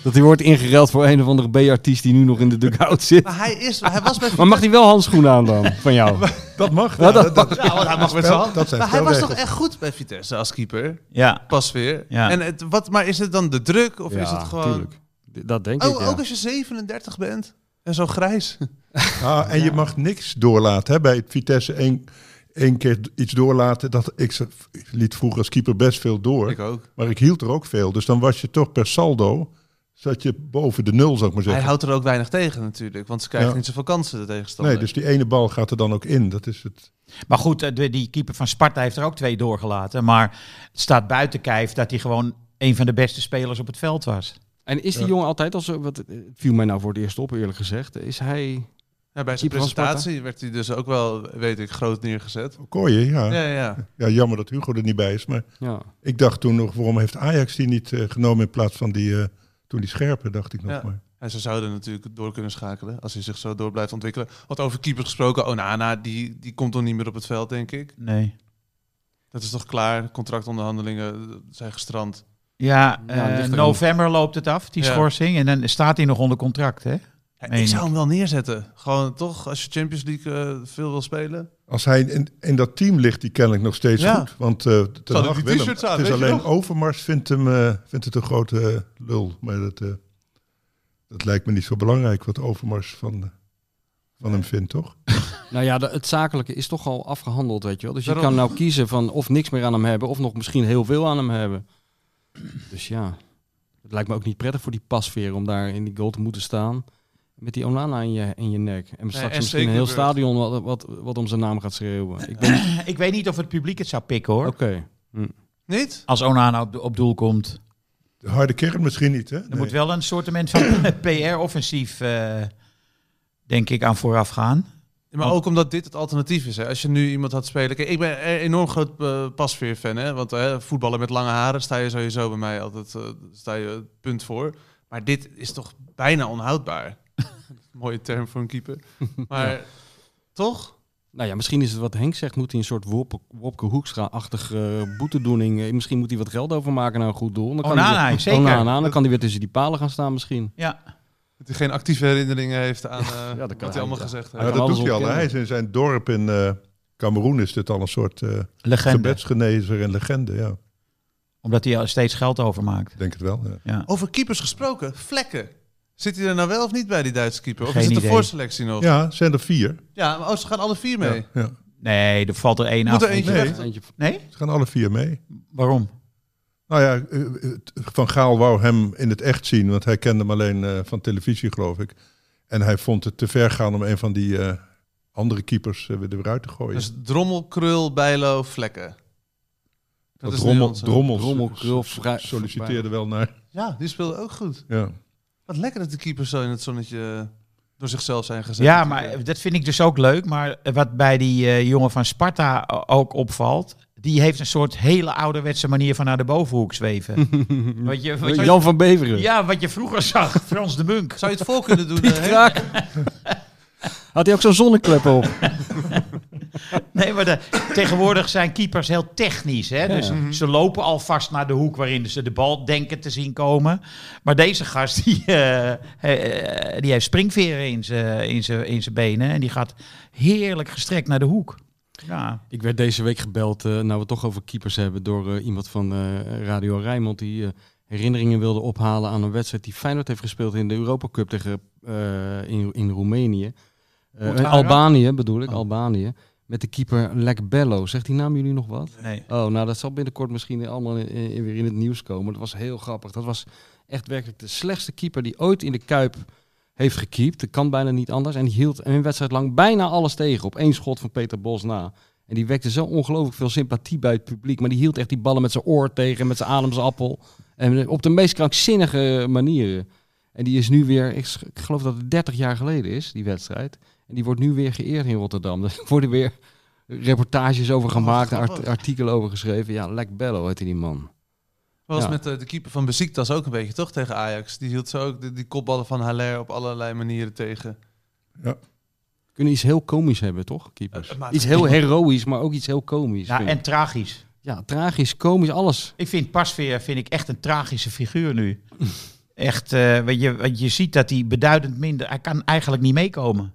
[SPEAKER 6] dat hij wordt ingereld voor een of andere B-artiest die nu nog in de dugout zit.
[SPEAKER 3] Maar hij, is, hij was bij
[SPEAKER 6] Maar mag hij wel handschoenen aan dan, van jou?
[SPEAKER 2] Dat mag.
[SPEAKER 6] Ja,
[SPEAKER 2] ja,
[SPEAKER 6] dat-
[SPEAKER 2] dat,
[SPEAKER 3] Ja, want hij mag met zijn hand.
[SPEAKER 2] dat zijn
[SPEAKER 3] Maar hij was toch
[SPEAKER 2] spelregels.
[SPEAKER 3] echt goed bij Vitesse als keeper?
[SPEAKER 5] Ja.
[SPEAKER 3] Pas weer.
[SPEAKER 5] Ja.
[SPEAKER 3] En het, wat, maar is het dan de druk? Of
[SPEAKER 6] Ja,
[SPEAKER 3] is het gewoon...
[SPEAKER 6] tuurlijk. D- Dat denk ik,
[SPEAKER 3] Oh,
[SPEAKER 6] ja.
[SPEAKER 3] ook als je 37 bent en zo grijs.
[SPEAKER 2] Ah, en je mag niks doorlaten. Hè? Bij het Vitesse één, één keer d- iets doorlaten. Dat, ik, z- ik liet vroeger als keeper best veel door.
[SPEAKER 3] Ik ook.
[SPEAKER 2] Maar ik hield er ook veel. Dus dan was je toch per saldo... zat je boven de nul, zou ik maar
[SPEAKER 3] Hij
[SPEAKER 2] zeggen.
[SPEAKER 3] houdt er ook weinig tegen natuurlijk, want ze krijgen
[SPEAKER 2] Ja.
[SPEAKER 3] niet zoveel kansen de tegenstander.
[SPEAKER 2] nee, dus die ene bal gaat er dan ook in. Dat is het.
[SPEAKER 5] Maar goed, eh, de- die keeper van Sparta heeft er ook twee doorgelaten. Maar het staat buiten kijf dat hij gewoon een van de beste spelers op het veld was.
[SPEAKER 6] En is die
[SPEAKER 2] Ja.
[SPEAKER 6] jongen altijd al zo... Wat, eh, viel mij nou voor het eerst op, eerlijk gezegd. Is hij...
[SPEAKER 3] Ja, bij zijn
[SPEAKER 6] keeper van Sparta.
[SPEAKER 3] presentatie werd hij dus ook wel, weet ik, groot neergezet.
[SPEAKER 2] Kooien, ja.
[SPEAKER 3] Ja,
[SPEAKER 2] ja.
[SPEAKER 3] ja.
[SPEAKER 2] Jammer dat Hugo er niet bij is. Maar
[SPEAKER 6] Ja.
[SPEAKER 2] ik dacht toen nog... waarom heeft Ajax die niet eh, genomen in plaats van die... eh, toen die scherpe, dacht ik nog
[SPEAKER 3] Ja.
[SPEAKER 2] maar.
[SPEAKER 3] En ze zouden natuurlijk door kunnen schakelen als hij zich zo door blijft ontwikkelen. Want over keepers gesproken, Onana, die, die komt toch niet meer op het veld, denk ik.
[SPEAKER 5] Nee.
[SPEAKER 3] Dat is toch klaar? Contractonderhandelingen eh, zijn gestrand.
[SPEAKER 5] Ja,
[SPEAKER 6] Ja, het
[SPEAKER 5] eh,
[SPEAKER 6] ligt er
[SPEAKER 5] november loopt het af, die
[SPEAKER 3] Ja.
[SPEAKER 5] schorsing. En dan staat hij nog onder contract, hè?
[SPEAKER 3] Ja,
[SPEAKER 5] Meen
[SPEAKER 3] ik zou
[SPEAKER 5] ik.
[SPEAKER 3] hem wel neerzetten. Gewoon toch, als je Champions League eh, veel wil spelen.
[SPEAKER 2] Als hij in, in dat team ligt, die kennelijk nog steeds
[SPEAKER 3] Ja.
[SPEAKER 2] goed. Want eh ten
[SPEAKER 3] Zal
[SPEAKER 2] Hag
[SPEAKER 3] die
[SPEAKER 2] wil hem.
[SPEAKER 3] t-shirts aan,
[SPEAKER 2] Het is
[SPEAKER 3] weet je
[SPEAKER 2] alleen
[SPEAKER 3] nog?
[SPEAKER 2] Overmars vindt, hem, eh, vindt het een grote eh, lul. Maar dat, eh, dat lijkt me niet zo belangrijk wat Overmars van, eh, van hem vindt, toch?
[SPEAKER 6] Nou ja, de- het zakelijke is toch al afgehandeld, weet je wel. Dus je
[SPEAKER 3] Daarom.
[SPEAKER 6] kan nou kiezen van of niks meer aan hem hebben... of nog misschien heel veel aan hem hebben. Dus ja, het lijkt me ook niet prettig voor die pasveer... om daar in die goal te moeten staan met die Onana in je, in je nek. En straks
[SPEAKER 3] en
[SPEAKER 6] misschien een heel
[SPEAKER 3] Stekelenburg.
[SPEAKER 6] stadion wat, wat, wat om zijn naam gaat schreeuwen. Ik denk,
[SPEAKER 5] Ik weet niet of het publiek het zou pikken, hoor.
[SPEAKER 6] oké.
[SPEAKER 3] Niet?
[SPEAKER 5] Als Onana op, op doel komt. Eh. Er
[SPEAKER 2] De harde kern misschien niet, hè? Nee.
[SPEAKER 5] moet wel een soortement van PR-offensief, eh, denk ik, aan vooraf gaan.
[SPEAKER 3] Ja, maar
[SPEAKER 5] Want-
[SPEAKER 3] ook omdat dit het alternatief is. Hè. Als je nu iemand had spelen... Kijk, ik ben een enorm groot eh, pasveer-fan. Hè? Want eh, voetballen met lange haren sta je sowieso bij mij altijd eh, sta je het punt voor. Maar dit is toch bijna onhoudbaar. Mooie term voor een keeper. Maar toch?
[SPEAKER 6] Nou ja, misschien is het wat Henk zegt. Moet hij een soort Wop- Wopke Hoekstra-achtige eh, boetedoening... eh, misschien moet hij wat geld overmaken naar een goed doel. Dan kan hij
[SPEAKER 5] Onana,
[SPEAKER 6] weer-
[SPEAKER 5] Oh, zeker.
[SPEAKER 6] Onana, dan kan hij weer tussen die palen gaan staan misschien.
[SPEAKER 5] Ja,
[SPEAKER 3] Dat hij geen actieve herinneringen heeft aan eh,
[SPEAKER 6] dat kan
[SPEAKER 3] wat hij
[SPEAKER 6] hij,
[SPEAKER 3] allemaal
[SPEAKER 6] ja.
[SPEAKER 3] gezegd
[SPEAKER 2] Maar
[SPEAKER 6] Hij
[SPEAKER 3] heeft.
[SPEAKER 6] kan
[SPEAKER 2] dat
[SPEAKER 6] alles
[SPEAKER 2] doet hij al. hè?
[SPEAKER 6] ontkennen.
[SPEAKER 2] Hij is in zijn dorp in eh Cameroen is dit al een soort eh
[SPEAKER 5] legende.
[SPEAKER 2] gebedsgenezer en legende. Ja,
[SPEAKER 5] Omdat hij al steeds geld overmaakt.
[SPEAKER 2] ik denk het wel. Ja.
[SPEAKER 5] Ja.
[SPEAKER 3] Over keepers gesproken. Vlekken. Zit hij er nou wel of niet bij, die Duitse keeper? Of
[SPEAKER 5] Geen
[SPEAKER 3] is het
[SPEAKER 5] idee.
[SPEAKER 3] de voorselectie nog? Ja,
[SPEAKER 2] ja, zijn er vier.
[SPEAKER 3] maar oh, ze gaan alle vier mee.
[SPEAKER 2] Ja, ja.
[SPEAKER 5] Nee, er valt er één
[SPEAKER 3] Moet
[SPEAKER 5] af.
[SPEAKER 3] er eentje
[SPEAKER 2] Nee.
[SPEAKER 3] weg.
[SPEAKER 6] Eentje
[SPEAKER 5] Nee?
[SPEAKER 2] Ze gaan alle vier mee.
[SPEAKER 5] Waarom?
[SPEAKER 2] Nou ja, eh, eh, Van Gaal wou hem in het echt zien, want hij kende hem alleen eh, van televisie, geloof ik. En hij vond het te ver gaan om een van die eh, andere keepers eh, weer eruit te gooien.
[SPEAKER 3] Dus drommel, krul, bijlo, vlekken.
[SPEAKER 2] Dat
[SPEAKER 3] is nu
[SPEAKER 2] drommel,
[SPEAKER 3] onze-
[SPEAKER 2] drommels
[SPEAKER 6] Rommel, Krul,
[SPEAKER 2] s-
[SPEAKER 6] Vrij-
[SPEAKER 2] solliciteerde wel naar.
[SPEAKER 3] Ja, die speelde ook goed.
[SPEAKER 2] Ja.
[SPEAKER 3] Wat lekker dat de keepers zo in het zonnetje door zichzelf zijn gezet.
[SPEAKER 5] Ja, maar dat vind ik dus ook leuk. Maar wat bij die eh, jongen van Sparta o- ook opvalt... die heeft een soort hele ouderwetse manier van naar de bovenhoek zweven. wat je, wat je-
[SPEAKER 6] Eh, Jan van Beveren.
[SPEAKER 5] ja, wat je vroeger zag, Frans de Munk.
[SPEAKER 3] Zou je het voor kunnen doen? eh,
[SPEAKER 6] Piet
[SPEAKER 3] Henk?
[SPEAKER 6] Kraak. Had hij ook zo'n zonneklep op?
[SPEAKER 5] Nee, maar de- tegenwoordig zijn keepers heel technisch. Hè? Dus ze lopen alvast naar de hoek waarin ze de bal denken te zien komen. Maar deze gast, die, eh, eh, die heeft springveren in zijn in zijn- in zijn benen. En die gaat heerlijk gestrekt naar de hoek. Ja,
[SPEAKER 6] Ik werd deze week gebeld, eh, nou we het toch over keepers hebben, door eh, iemand van eh, Radio Rijnmond die eh, herinneringen wilde ophalen aan een wedstrijd die Feyenoord heeft gespeeld in de Europa Cup tegen, eh, in, in Roemenië. Eh,
[SPEAKER 3] Moet Arak?
[SPEAKER 6] Albanië bedoel ik,
[SPEAKER 5] Oh.
[SPEAKER 6] Albanië. Met de keeper Lek Bello. Zegt die naam jullie nog wat?
[SPEAKER 5] nee.
[SPEAKER 6] Oh, nou dat zal binnenkort misschien allemaal in- in- weer in het nieuws komen. Dat was heel grappig. Dat was echt werkelijk de slechtste keeper die ooit in de Kuip heeft gekiept. Dat kan bijna niet anders. En die hield een wedstrijd lang bijna alles tegen. Op één schot van Peter Bos na. En die wekte zo ongelooflijk veel sympathie bij het publiek. Maar die hield echt die ballen met zijn oor tegen, met zijn ademsappel. En op de meest krankzinnige manieren. En die is nu weer, ik sch- ik geloof dat het 30 jaar geleden is, die wedstrijd. En die wordt nu weer geëerd in Rotterdam. Er worden weer reportages over gemaakt,
[SPEAKER 3] grappig.
[SPEAKER 6] art- artikelen over geschreven. Ja, Lek Bello heette die man.
[SPEAKER 3] Was
[SPEAKER 6] Ja.
[SPEAKER 3] met eh, de keeper van Besiktas ook een beetje, toch? Tegen Ajax. Die hield zo ook de- die kopballen van Haller op allerlei manieren tegen.
[SPEAKER 6] Kunnen iets heel komisch hebben, toch, keepers?
[SPEAKER 3] Eh, maar-
[SPEAKER 6] iets heel heroïs, maar ook iets heel komisch.
[SPEAKER 5] Ja,
[SPEAKER 6] vind ik.
[SPEAKER 5] en tragisch.
[SPEAKER 6] ja tragisch, komisch, alles.
[SPEAKER 5] Ik vind Pasveer vind ik echt een tragische figuur nu. Echt, eh, want, je, want je ziet dat hij beduidend minder... Hij kan eigenlijk niet meekomen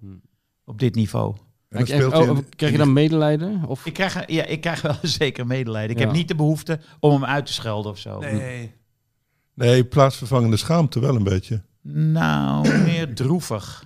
[SPEAKER 5] op dit niveau.
[SPEAKER 2] En
[SPEAKER 6] En-
[SPEAKER 2] dat speelt hij
[SPEAKER 6] oh,
[SPEAKER 2] in-
[SPEAKER 6] krijg je dan medelijden? Of
[SPEAKER 5] Ik krijg, ja, ik krijg wel zeker medelijden. Ik
[SPEAKER 6] Ja.
[SPEAKER 5] heb niet de behoefte om hem uit te schelden of zo.
[SPEAKER 3] Nee.
[SPEAKER 2] Nee, plaatsvervangende schaamte wel een beetje.
[SPEAKER 5] Nou, meer droevig.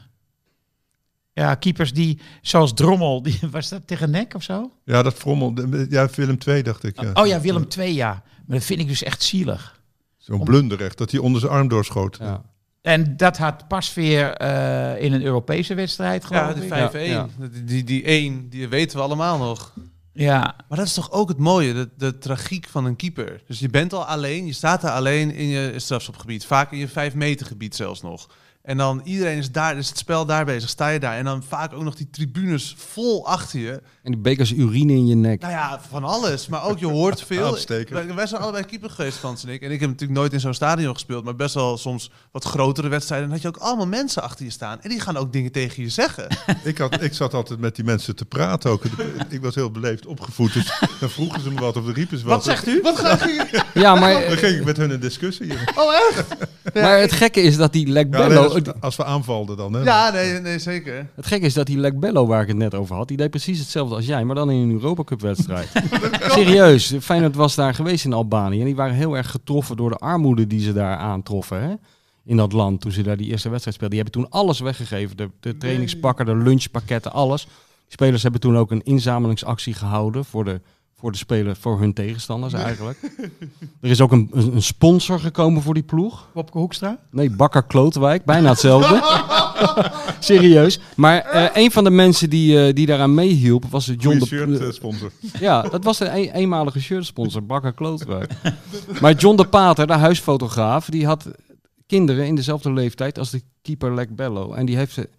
[SPEAKER 5] Ja, keepers die, zoals Drommel, die, was dat tegen Nek of zo?
[SPEAKER 2] Ja, dat frommel. de- Ja, Willem II dacht ik. Ja.
[SPEAKER 5] Oh ja, Willem II, ja. Maar dat vind ik dus echt zielig.
[SPEAKER 2] Zo'n blunder echt, dat hij onder zijn arm doorschoot.
[SPEAKER 6] ja.
[SPEAKER 5] En dat had pas weer eh, in een Europese wedstrijd,
[SPEAKER 3] Ja,
[SPEAKER 5] geloof
[SPEAKER 3] die 5-1.
[SPEAKER 5] ik.
[SPEAKER 6] Ja,
[SPEAKER 3] Die, die, die 1, die weten we allemaal nog.
[SPEAKER 5] Ja,
[SPEAKER 3] Maar dat is toch ook het mooie, de, de tragiek van een keeper. Dus je bent al alleen, je staat daar alleen in je strafschopgebied. Vaak in je 5 meter gebied zelfs nog. En dan iedereen is daar, is het spel daar bezig, sta je daar. En dan vaak ook nog die tribunes vol achter je.
[SPEAKER 6] En die bekers urine in je nek.
[SPEAKER 3] Nou ja, van alles. Maar ook je hoort veel.
[SPEAKER 2] Aanstekers.
[SPEAKER 3] Wij zijn allebei keeper geweest, Frans en ik. En ik heb natuurlijk nooit in zo'n stadion gespeeld. Maar best wel soms wat grotere wedstrijden. Dan had je ook allemaal mensen achter je staan. En die gaan ook dingen tegen je zeggen.
[SPEAKER 2] Ik, had, ik zat altijd met die mensen te praten ook. Ik was heel beleefd opgevoed, dus dan vroegen ze me wat of de riepen ze wat.
[SPEAKER 5] Wat zegt u?
[SPEAKER 3] Wat gaat je...
[SPEAKER 6] Ja, maar,
[SPEAKER 2] Dan ging ik met hun in discussie. Ja,
[SPEAKER 3] Oh, echt?
[SPEAKER 6] maar het gekke is dat die Lek
[SPEAKER 2] nee,
[SPEAKER 6] Bello...
[SPEAKER 2] dat is- als we aanvalden dan. Hè.
[SPEAKER 3] Ja, nee, nee, zeker.
[SPEAKER 6] Het gekke is dat die Lek Bello waar ik het net over had, die deed precies hetzelfde als jij, maar dan in een Europa Cup wedstrijd. Serieus, Feyenoord was daar geweest in Albanië en die waren heel erg getroffen door de armoede die ze daar aantroffen. Hè? In dat land, toen ze daar die eerste wedstrijd speelden. Die hebben toen alles weggegeven. De, de trainingspakken, de lunchpakketten, alles. Die spelers hebben toen ook een inzamelingsactie gehouden voor de, voor de spelers, voor hun tegenstanders eigenlijk. Er is ook een, een een sponsor gekomen voor die ploeg.
[SPEAKER 5] Wopke Hoekstra?
[SPEAKER 6] Nee, Bakker Klootwijk, bijna hetzelfde. Serieus. Maar eh, een van de mensen die, eh, die daaraan meehielp was John
[SPEAKER 2] Goeie
[SPEAKER 6] de
[SPEAKER 2] shirt eh, sponsor.
[SPEAKER 6] Ja, dat was de een, e-, eenmalige shirtsponsor, Bakker Klootwijk. maar John de Pater, de huisfotograaf, die had kinderen in dezelfde leeftijd als de keeper Lek Bello. En die heeft ze-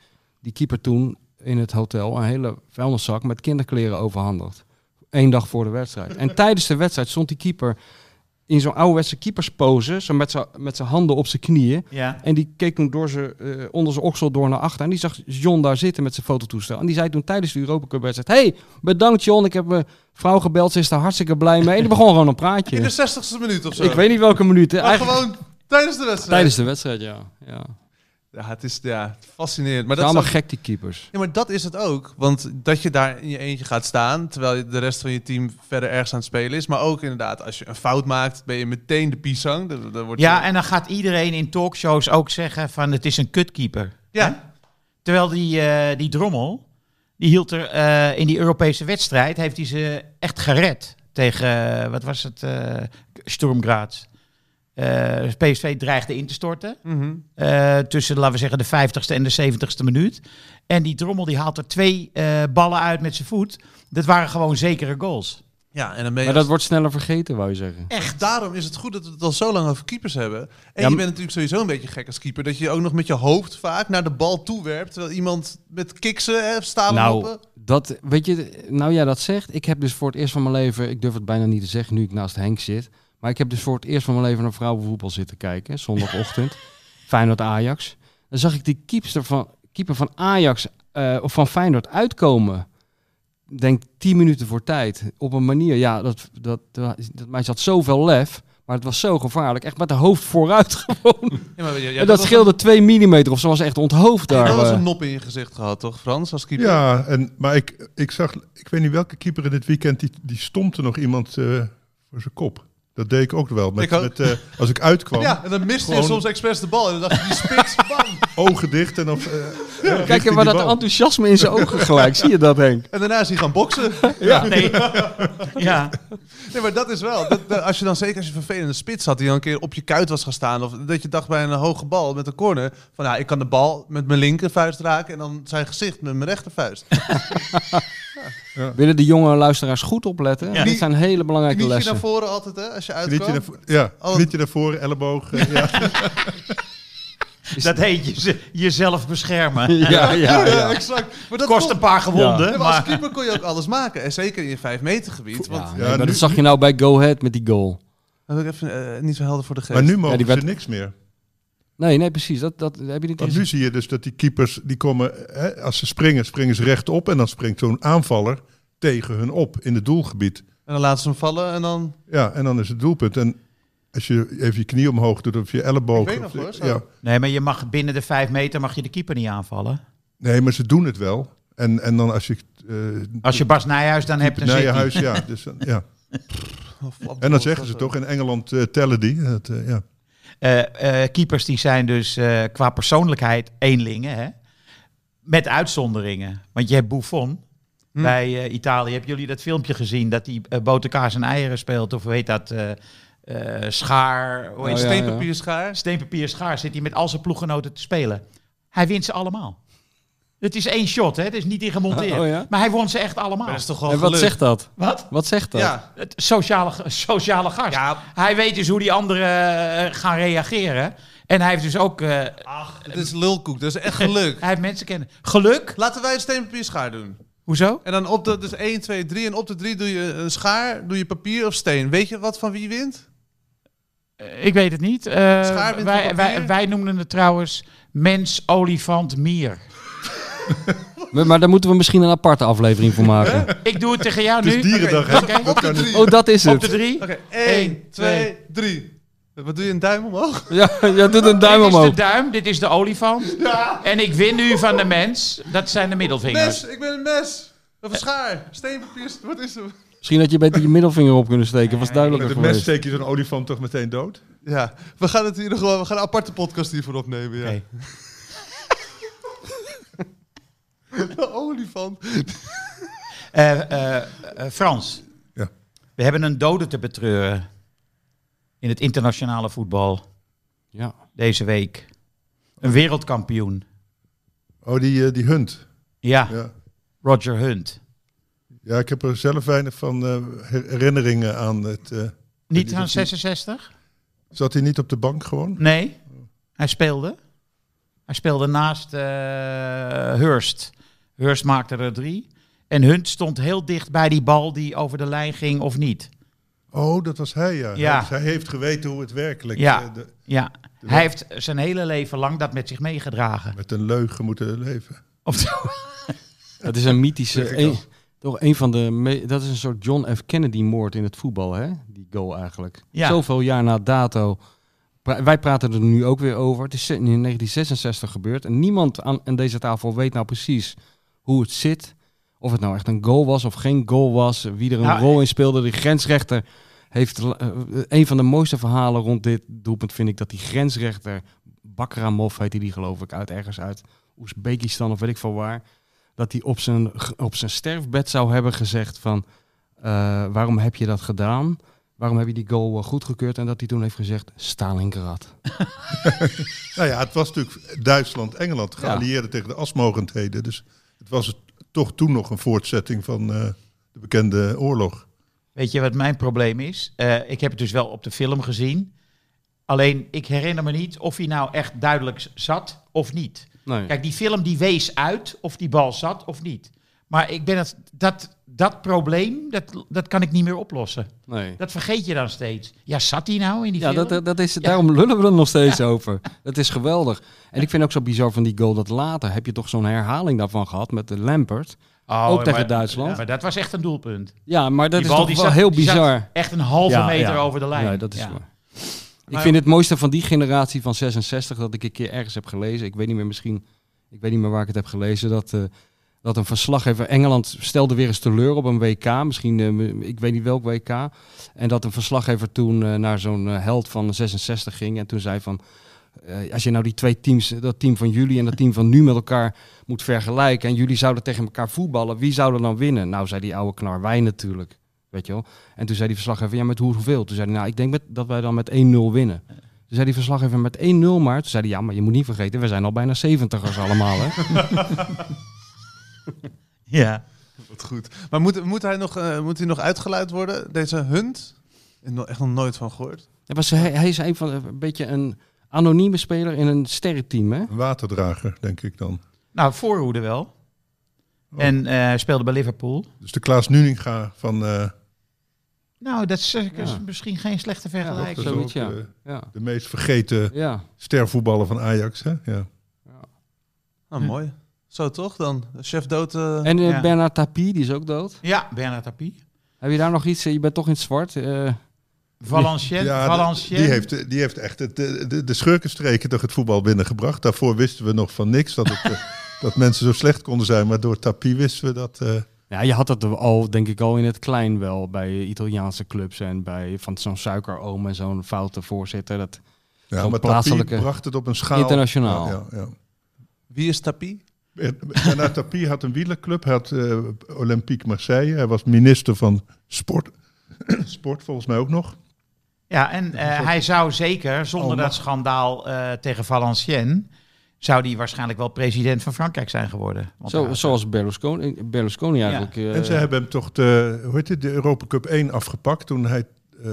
[SPEAKER 6] die keeper toen in het hotel een hele vuilniszak met kinderkleren overhandigd. Eén dag voor de wedstrijd. En tijdens de wedstrijd stond die keeper in zo'n ouderwetse keeperspose, zo met zijn- met zijn handen op zijn knieën.
[SPEAKER 5] Ja.
[SPEAKER 6] En die keek toen door zijn, eh, onder zijn oksel door naar achter. En die zag John daar zitten met zijn fototoestel. En die zei toen tijdens de Europa Cup wedstrijd... hey, bedankt John, ik heb mijn vrouw gebeld. Ze is daar hartstikke blij mee. En die begon gewoon een
[SPEAKER 3] In de
[SPEAKER 6] praatje.
[SPEAKER 3] 60ste minuut of zo.
[SPEAKER 6] Ik weet niet welke minuut. hè.
[SPEAKER 3] maar
[SPEAKER 6] Eigenlijk
[SPEAKER 3] gewoon tijdens de wedstrijd.
[SPEAKER 6] tijdens de wedstrijd, ja. ja.
[SPEAKER 3] Ja, het is ja, fascinerend. Maar
[SPEAKER 6] Maar
[SPEAKER 3] dat, is
[SPEAKER 6] allemaal
[SPEAKER 3] ook-
[SPEAKER 6] gek, die keepers.
[SPEAKER 3] ja, maar dat is het ook. Want dat je daar in je eentje gaat staan, terwijl je- de rest van je team verder ergens aan het spelen is. Maar ook inderdaad, als je een fout maakt, ben je meteen de pisang. Dan, dan wordt
[SPEAKER 5] Ja,
[SPEAKER 3] je,
[SPEAKER 5] en dan gaat iedereen in talkshows ook zeggen van het is een kutkeeper.
[SPEAKER 3] ja.
[SPEAKER 5] Terwijl die, eh, die drommel, die hield er eh, in die Europese wedstrijd, heeft hij ze echt gered tegen, eh, wat was het, eh Sturm Graz. Eh, PSV dreigde in te storten
[SPEAKER 3] Mhm.
[SPEAKER 5] eh, tussen, laten we zeggen, de 50ste en de 70ste minuut. En die drommel die haalt er twee eh, ballen uit met zijn voet. Dat waren gewoon zekere goals.
[SPEAKER 3] ja, en dan ben je
[SPEAKER 6] Maar dat wordt sneller vergeten, wou je zeggen.
[SPEAKER 3] Echt, daarom is het goed dat we het al zo lang over keepers hebben. En je
[SPEAKER 6] maar-
[SPEAKER 3] bent natuurlijk sowieso een beetje gek als keeper. Dat je ook nog met je hoofd vaak naar de bal toe werpt. Terwijl iemand met kiksen, hè, stalen
[SPEAKER 6] Nou,
[SPEAKER 3] hoppen.
[SPEAKER 6] dat, weet je, nou jij dat zegt. Ik heb dus voor het eerst van mijn leven, ik durf het bijna niet te zeggen nu ik naast Henk zit. Maar ik heb dus voor het eerst van mijn leven naar vrouwenvoetbal zitten kijken. Zondagochtend. Feyenoord Ajax. Dan zag ik die keepster van, keeper van Ajax eh, of van Feyenoord uitkomen. denk 10 minuten voor tijd. Op een manier, ja, dat, dat, dat, dat mij zat zoveel lef. Maar het was zo gevaarlijk. Echt met de hoofd vooruit gewoon.
[SPEAKER 3] Ja, maar, ja, ja,
[SPEAKER 6] en dat,
[SPEAKER 3] was
[SPEAKER 6] scheelde 2 millimeter of zo was echt onthoofd
[SPEAKER 3] een-
[SPEAKER 6] daar.
[SPEAKER 3] dat was
[SPEAKER 6] eh.
[SPEAKER 3] een nop in je gezicht gehad, toch, Frans? Als keeper?
[SPEAKER 2] Ja, en, maar ik, ik zag, ik weet niet welke keeper in dit weekend, die, die stompte nog iemand eh, voor zijn kop. Dat deed ik ook wel. Met,
[SPEAKER 3] Ik ook.
[SPEAKER 2] Met, eh, als ik uitkwam,
[SPEAKER 3] Ja, en dan miste je
[SPEAKER 2] Gewoon-
[SPEAKER 3] soms expres de bal. En dan dacht je, die spits, bam.
[SPEAKER 2] ogen dicht en eh, of.
[SPEAKER 6] Kijk, en waar dat enthousiasme in zijn ogen gelijk. Zie je dat, Henk?
[SPEAKER 3] En daarna is hij gaan boksen.
[SPEAKER 5] Ja, nee. ja.
[SPEAKER 3] Nee, maar dat is wel. dat- dat- als je dan zeker als je een vervelende spits had die dan een keer op je kuit was gaan staan. Of dat je dacht bij een hoge bal met een corner. Van ja, ik kan de bal met mijn linkervuist raken. En dan zijn gezicht met mijn rechtervuist.
[SPEAKER 6] Willen de jonge luisteraars goed opletten?
[SPEAKER 5] Ja.
[SPEAKER 6] Dit zijn hele belangrijke
[SPEAKER 3] Knietje
[SPEAKER 6] lessen.
[SPEAKER 3] naar voren altijd hè, als je
[SPEAKER 2] Knietje
[SPEAKER 3] uitkwam.
[SPEAKER 2] naar, vo- ja,
[SPEAKER 3] Oh.
[SPEAKER 2] knietje naar voren, elleboog. eh, ja.
[SPEAKER 5] Dat heet je, ze- jezelf beschermen.
[SPEAKER 6] Ja, ja, ja.
[SPEAKER 3] exact. Maar dat
[SPEAKER 5] Kost
[SPEAKER 3] kon-
[SPEAKER 5] een paar gewonden.
[SPEAKER 3] Nee, maar als
[SPEAKER 5] maar,
[SPEAKER 3] keeper kon je ook alles maken. En zeker in je 5 meter gebied. Want,
[SPEAKER 6] Ja,
[SPEAKER 2] Ja,
[SPEAKER 6] nee, maar
[SPEAKER 2] nu-
[SPEAKER 6] dat zag je nou bij Go Ahead met die goal.
[SPEAKER 3] Dat heb ik even eh, niet zo helder voor de geest.
[SPEAKER 2] Maar nu mogen
[SPEAKER 6] Ja, die
[SPEAKER 2] ze
[SPEAKER 6] werd-
[SPEAKER 2] niks meer.
[SPEAKER 6] Nee, nee, precies. Dat, dat heb je niet
[SPEAKER 2] Want
[SPEAKER 6] eens-
[SPEAKER 2] nu zie je dus dat die keepers, die komen, hè, als ze springen, springen ze rechtop. En dan springt zo'n aanvaller tegen hun op in het doelgebied.
[SPEAKER 3] En dan laten ze hem vallen en dan...
[SPEAKER 2] Ja, en dan is het doelpunt. En als je even je knie omhoog doet of je
[SPEAKER 3] Ik
[SPEAKER 2] elleboog.
[SPEAKER 3] weet
[SPEAKER 2] of-
[SPEAKER 3] nog hoor, zo.
[SPEAKER 2] ja.
[SPEAKER 5] nee, maar je mag binnen de vijf meter mag je de keeper niet aanvallen.
[SPEAKER 2] Nee, maar ze doen het wel. En, en dan als je... eh,
[SPEAKER 5] Als je Bas Nijhuis dan hebt, dan
[SPEAKER 2] naar
[SPEAKER 5] zit
[SPEAKER 2] je
[SPEAKER 5] hij.
[SPEAKER 2] huis, ja, dus, dan- ja.
[SPEAKER 3] Oh, flap,
[SPEAKER 2] En dan
[SPEAKER 3] dat
[SPEAKER 2] zeggen
[SPEAKER 3] was
[SPEAKER 2] ze
[SPEAKER 3] het.
[SPEAKER 2] toch, in Engeland eh, tellen die. Dat, eh, ja.
[SPEAKER 5] Eh, eh, keepers die zijn dus eh, qua persoonlijkheid eenlingen. Hè? Met uitzonderingen. Want je hebt Buffon.
[SPEAKER 3] Hm.
[SPEAKER 5] Bij eh, Italië, hebben jullie dat filmpje gezien? Dat hij eh boterkaas en eieren speelt. Of hoe heet dat? eh, eh, schaar. Hoe
[SPEAKER 6] Oh,
[SPEAKER 5] heet
[SPEAKER 6] ja, ja.
[SPEAKER 3] Steenpapier schaar.
[SPEAKER 5] Steenpapier schaar zit hij met al zijn ploeggenoten te spelen. Hij wint ze allemaal. Het is één shot, hè? het is niet in gemonteerd.
[SPEAKER 6] Oh, ja?
[SPEAKER 5] Maar hij won ze echt allemaal.
[SPEAKER 3] Maar dat is toch wel
[SPEAKER 6] En Eh, wat
[SPEAKER 3] geluk.
[SPEAKER 6] zegt dat?
[SPEAKER 5] Wat?
[SPEAKER 6] Wat zegt dat?
[SPEAKER 3] Ja.
[SPEAKER 5] Het sociale, sociale gast.
[SPEAKER 3] Ja,
[SPEAKER 5] Hij weet dus hoe die anderen eh, gaan reageren. En hij heeft dus ook eh,
[SPEAKER 3] ach, het is lulkoek. Dat is echt geluk.
[SPEAKER 5] hij heeft mensen kennen. Geluk?
[SPEAKER 3] Laten wij een steenpapier schaar doen.
[SPEAKER 5] Hoezo?
[SPEAKER 3] En dan op de, dus 1, 2, 3. En op de 3 doe je een schaar, doe je papier of steen. Weet je wat van wie wint?
[SPEAKER 5] Eh, ik weet het niet. Eh,
[SPEAKER 3] Schaar wint van
[SPEAKER 5] wij, wij,
[SPEAKER 3] papier.
[SPEAKER 5] wij noemden het trouwens mens, olifant, mier.
[SPEAKER 6] Maar, maar daar moeten we misschien een aparte aflevering voor maken.
[SPEAKER 5] Ik doe het tegen jou
[SPEAKER 2] Het
[SPEAKER 5] nu.
[SPEAKER 2] is Dus dierendag,
[SPEAKER 5] Oké.
[SPEAKER 2] hè? Dat kan niet.
[SPEAKER 6] Oh, dat is
[SPEAKER 5] Op de
[SPEAKER 6] het.
[SPEAKER 5] drie.
[SPEAKER 3] Oké,
[SPEAKER 5] Eén,
[SPEAKER 3] 1,
[SPEAKER 5] twee,
[SPEAKER 3] 2, 3. Wat doe je, een duim omhoog?
[SPEAKER 6] Ja, ja doet een duim
[SPEAKER 5] dit is
[SPEAKER 6] omhoog.
[SPEAKER 5] de duim, dit is de olifant. En ik win nu van de mens. Dat zijn de middelvingers.
[SPEAKER 3] Mes, ik ben een mes. Of een schaar, steenpapier, wat is er?
[SPEAKER 6] Misschien had je beter je middelvinger op kunnen steken. Was
[SPEAKER 2] Met
[SPEAKER 6] duidelijker
[SPEAKER 2] een mes
[SPEAKER 6] geweest.
[SPEAKER 2] steek je zo'n olifant toch meteen dood?
[SPEAKER 3] Ja, we gaan het hier nog wel, we gaan een aparte podcast hiervoor opnemen. Ja.
[SPEAKER 5] Oké.
[SPEAKER 3] De olifant.
[SPEAKER 5] Eh, eh, eh, Frans,
[SPEAKER 2] Ja.
[SPEAKER 5] we hebben een dode te betreuren in het internationale voetbal
[SPEAKER 6] Ja.
[SPEAKER 5] deze week. Een wereldkampioen.
[SPEAKER 2] Oh, die, eh, die hunt.
[SPEAKER 5] Ja,
[SPEAKER 2] Ja.
[SPEAKER 5] Roger Hunt.
[SPEAKER 2] ja, ik heb er zelf weinig van eh, her- herinneringen aan. Het, eh,
[SPEAKER 5] Niet
[SPEAKER 2] die
[SPEAKER 5] aan
[SPEAKER 2] was-
[SPEAKER 5] 66?
[SPEAKER 2] zat hij niet op de bank gewoon?
[SPEAKER 5] Nee, hij speelde. Hij speelde naast eh, Hurst. Hurst maakte er drie. En Hunt stond heel dicht bij die bal die over de lijn ging of niet.
[SPEAKER 2] Oh, dat was hij, ja.
[SPEAKER 5] Ja.
[SPEAKER 2] Hij, hij heeft geweten hoe het werkelijk...
[SPEAKER 5] Ja.
[SPEAKER 2] eh, de-
[SPEAKER 5] Ja, hij heeft zijn hele leven lang dat met zich meegedragen.
[SPEAKER 2] met een leugen moeten leven.
[SPEAKER 5] Of zo.
[SPEAKER 6] Het is een mythische.
[SPEAKER 2] Zeg ik
[SPEAKER 6] een-
[SPEAKER 2] al.
[SPEAKER 6] toch een van de. me- dat is een soort John F. Kennedy-moord in het voetbal, hè? Die goal eigenlijk.
[SPEAKER 5] Ja.
[SPEAKER 6] Zoveel jaar na dato. Pra- wij praten er nu ook weer over. Het is in 1966 gebeurd. En niemand aan, aan deze tafel weet nou precies hoe het zit. Of het nou echt een goal was of geen goal was. Wie er een
[SPEAKER 5] Nou,
[SPEAKER 6] rol in speelde. Die grensrechter heeft. la- eh, een van de mooiste verhalen rond dit doelpunt vind ik dat die grensrechter. Bakramov heette die, geloof ik, uit ergens uit Oezbekistan of weet ik veel waar. Dat hij op zijn, op zijn sterfbed zou hebben gezegd van... eh, waarom heb je dat gedaan? Waarom heb je die goal eh, goedgekeurd? En dat hij toen heeft gezegd, Stalingrad.
[SPEAKER 2] Nou ja, het was natuurlijk Duitsland-Engeland geallieerd tegen de asmogendheden. Dus het was het- toch toen nog een voortzetting van eh, de bekende oorlog.
[SPEAKER 5] Weet je wat mijn probleem is? Eh, ik heb het dus wel op de film gezien. Alleen ik herinner me niet of hij nou echt duidelijk z- zat of niet.
[SPEAKER 6] Nee.
[SPEAKER 5] Kijk, die film die wees uit of die bal zat of niet. Maar ik ben het, dat, dat probleem, dat, dat kan ik niet meer oplossen.
[SPEAKER 6] nee.
[SPEAKER 5] Dat vergeet je dan steeds. Ja, zat hij nou in die
[SPEAKER 6] Ja,
[SPEAKER 5] film?
[SPEAKER 6] dat, dat- dat is, daarom lullen we er nog steeds over. Dat is geweldig. En ik vind ook zo bizar van die goal dat later heb je toch zo'n herhaling daarvan gehad met de Lampert.
[SPEAKER 5] Oh,
[SPEAKER 6] ook tegen
[SPEAKER 5] maar-
[SPEAKER 6] Duitsland.
[SPEAKER 5] Maar dat was echt een doelpunt.
[SPEAKER 6] Ja, maar dat
[SPEAKER 5] Die bal
[SPEAKER 6] is toch
[SPEAKER 5] die
[SPEAKER 6] wel
[SPEAKER 5] zat-
[SPEAKER 6] heel
[SPEAKER 5] die zat
[SPEAKER 6] bizar.
[SPEAKER 5] Echt een halve
[SPEAKER 6] Ja,
[SPEAKER 5] meter
[SPEAKER 6] ja.
[SPEAKER 5] over de lijn.
[SPEAKER 6] Nee, dat is
[SPEAKER 5] Ja.
[SPEAKER 6] waar. Ik
[SPEAKER 3] Maar-
[SPEAKER 6] vind het mooiste van die generatie van 66 dat ik een keer ergens heb gelezen. Ik weet niet meer misschien, ik weet niet meer waar ik het heb gelezen. Dat, eh, dat een verslaggever Engeland stelde weer eens teleur op een WK. Misschien, eh, ik weet niet welk WK. En dat een verslaggever toen eh, naar zo'n eh, held van 66 ging. En toen zei van, eh, als je nou die twee teams, eh, dat team van jullie en dat team van nu met elkaar moet vergelijken. En jullie zouden tegen elkaar voetballen. Wie zou er dan winnen? Nou, zei die oude knar, wij natuurlijk. Weet je wel. En toen zei die verslaggever, ja, met hoe- hoeveel? Toen zei hij, nou, ik denk met, dat wij dan met 1-0 winnen. Toen zei die verslaggever met 1-0 maar. Toen zei hij, ja, maar je moet niet vergeten, we zijn al bijna 70ers allemaal, hè?
[SPEAKER 5] Ja.
[SPEAKER 3] Wat goed. Maar moet, moet, hij nog, eh, moet hij nog uitgeluid worden, deze Hunt? Ik heb er echt nog nooit van gehoord.
[SPEAKER 6] Ja, maar ze- hij, hij is een, van, een beetje een anonieme speler in een sterrenteam, hè?
[SPEAKER 2] Een waterdrager, denk ik dan.
[SPEAKER 5] Nou, voorhoede wel.
[SPEAKER 2] Oh.
[SPEAKER 5] En eh, speelde bij Liverpool.
[SPEAKER 2] Dus de Klaas Nuninga van... eh,
[SPEAKER 5] Nou, dat is, eh, is
[SPEAKER 6] Ja.
[SPEAKER 5] misschien geen slechte vergelijking.
[SPEAKER 2] dat is
[SPEAKER 6] Zoiets,
[SPEAKER 2] ook,
[SPEAKER 6] ja.
[SPEAKER 2] eh,
[SPEAKER 6] Ja.
[SPEAKER 2] de meest vergeten
[SPEAKER 6] ja.
[SPEAKER 2] stervoetballer van Ajax, hè? Ja.
[SPEAKER 3] Nou,
[SPEAKER 5] Hm.
[SPEAKER 3] mooi. Zo toch dan? Chef dood. eh,
[SPEAKER 6] En eh,
[SPEAKER 5] Ja.
[SPEAKER 6] Bernard Tapie, die is ook dood.
[SPEAKER 5] ja, Bernard Tapie.
[SPEAKER 6] Heb je daar nog iets? eh, Je bent toch in het zwart? eh,
[SPEAKER 5] Valenciennes.
[SPEAKER 2] Ja, de-
[SPEAKER 5] Valenciennes.
[SPEAKER 2] die, heeft, eh, die heeft echt het, de, de, de schurkenstreken toch het voetbal binnengebracht. Daarvoor wisten we nog van niks dat, het, eh, dat mensen zo slecht konden zijn. Maar door Tapie wisten we dat... eh,
[SPEAKER 6] Ja, je had dat al, denk ik, al in het klein wel bij Italiaanse clubs en bij van zo'n suikeroom en zo'n foute voorzitter. Dat,
[SPEAKER 2] ja,
[SPEAKER 6] Zo'n
[SPEAKER 2] maar Tapie
[SPEAKER 6] plaatselijke-
[SPEAKER 2] bracht het op een schaal...
[SPEAKER 6] Internationaal.
[SPEAKER 2] Ja, ja, ja.
[SPEAKER 3] Wie is Tapie?
[SPEAKER 2] En- Bernard Tapie had een wielerclub, hij had eh, Olympique Marseille. Hij was minister van sport. sport volgens mij ook nog.
[SPEAKER 5] Ja, en eh, hij zou zeker, zonder
[SPEAKER 2] Oh,
[SPEAKER 5] dat
[SPEAKER 2] mag-
[SPEAKER 5] schandaal eh, tegen Valenciennes, zou die waarschijnlijk wel president van Frankrijk zijn geworden. Want
[SPEAKER 6] zo,
[SPEAKER 5] hij-
[SPEAKER 6] zoals Berlusconi, Berlusconi eigenlijk. eh,
[SPEAKER 2] en ze hebben hem toch de, hoe heet het, de Europa Cup 1 afgepakt toen hij eh,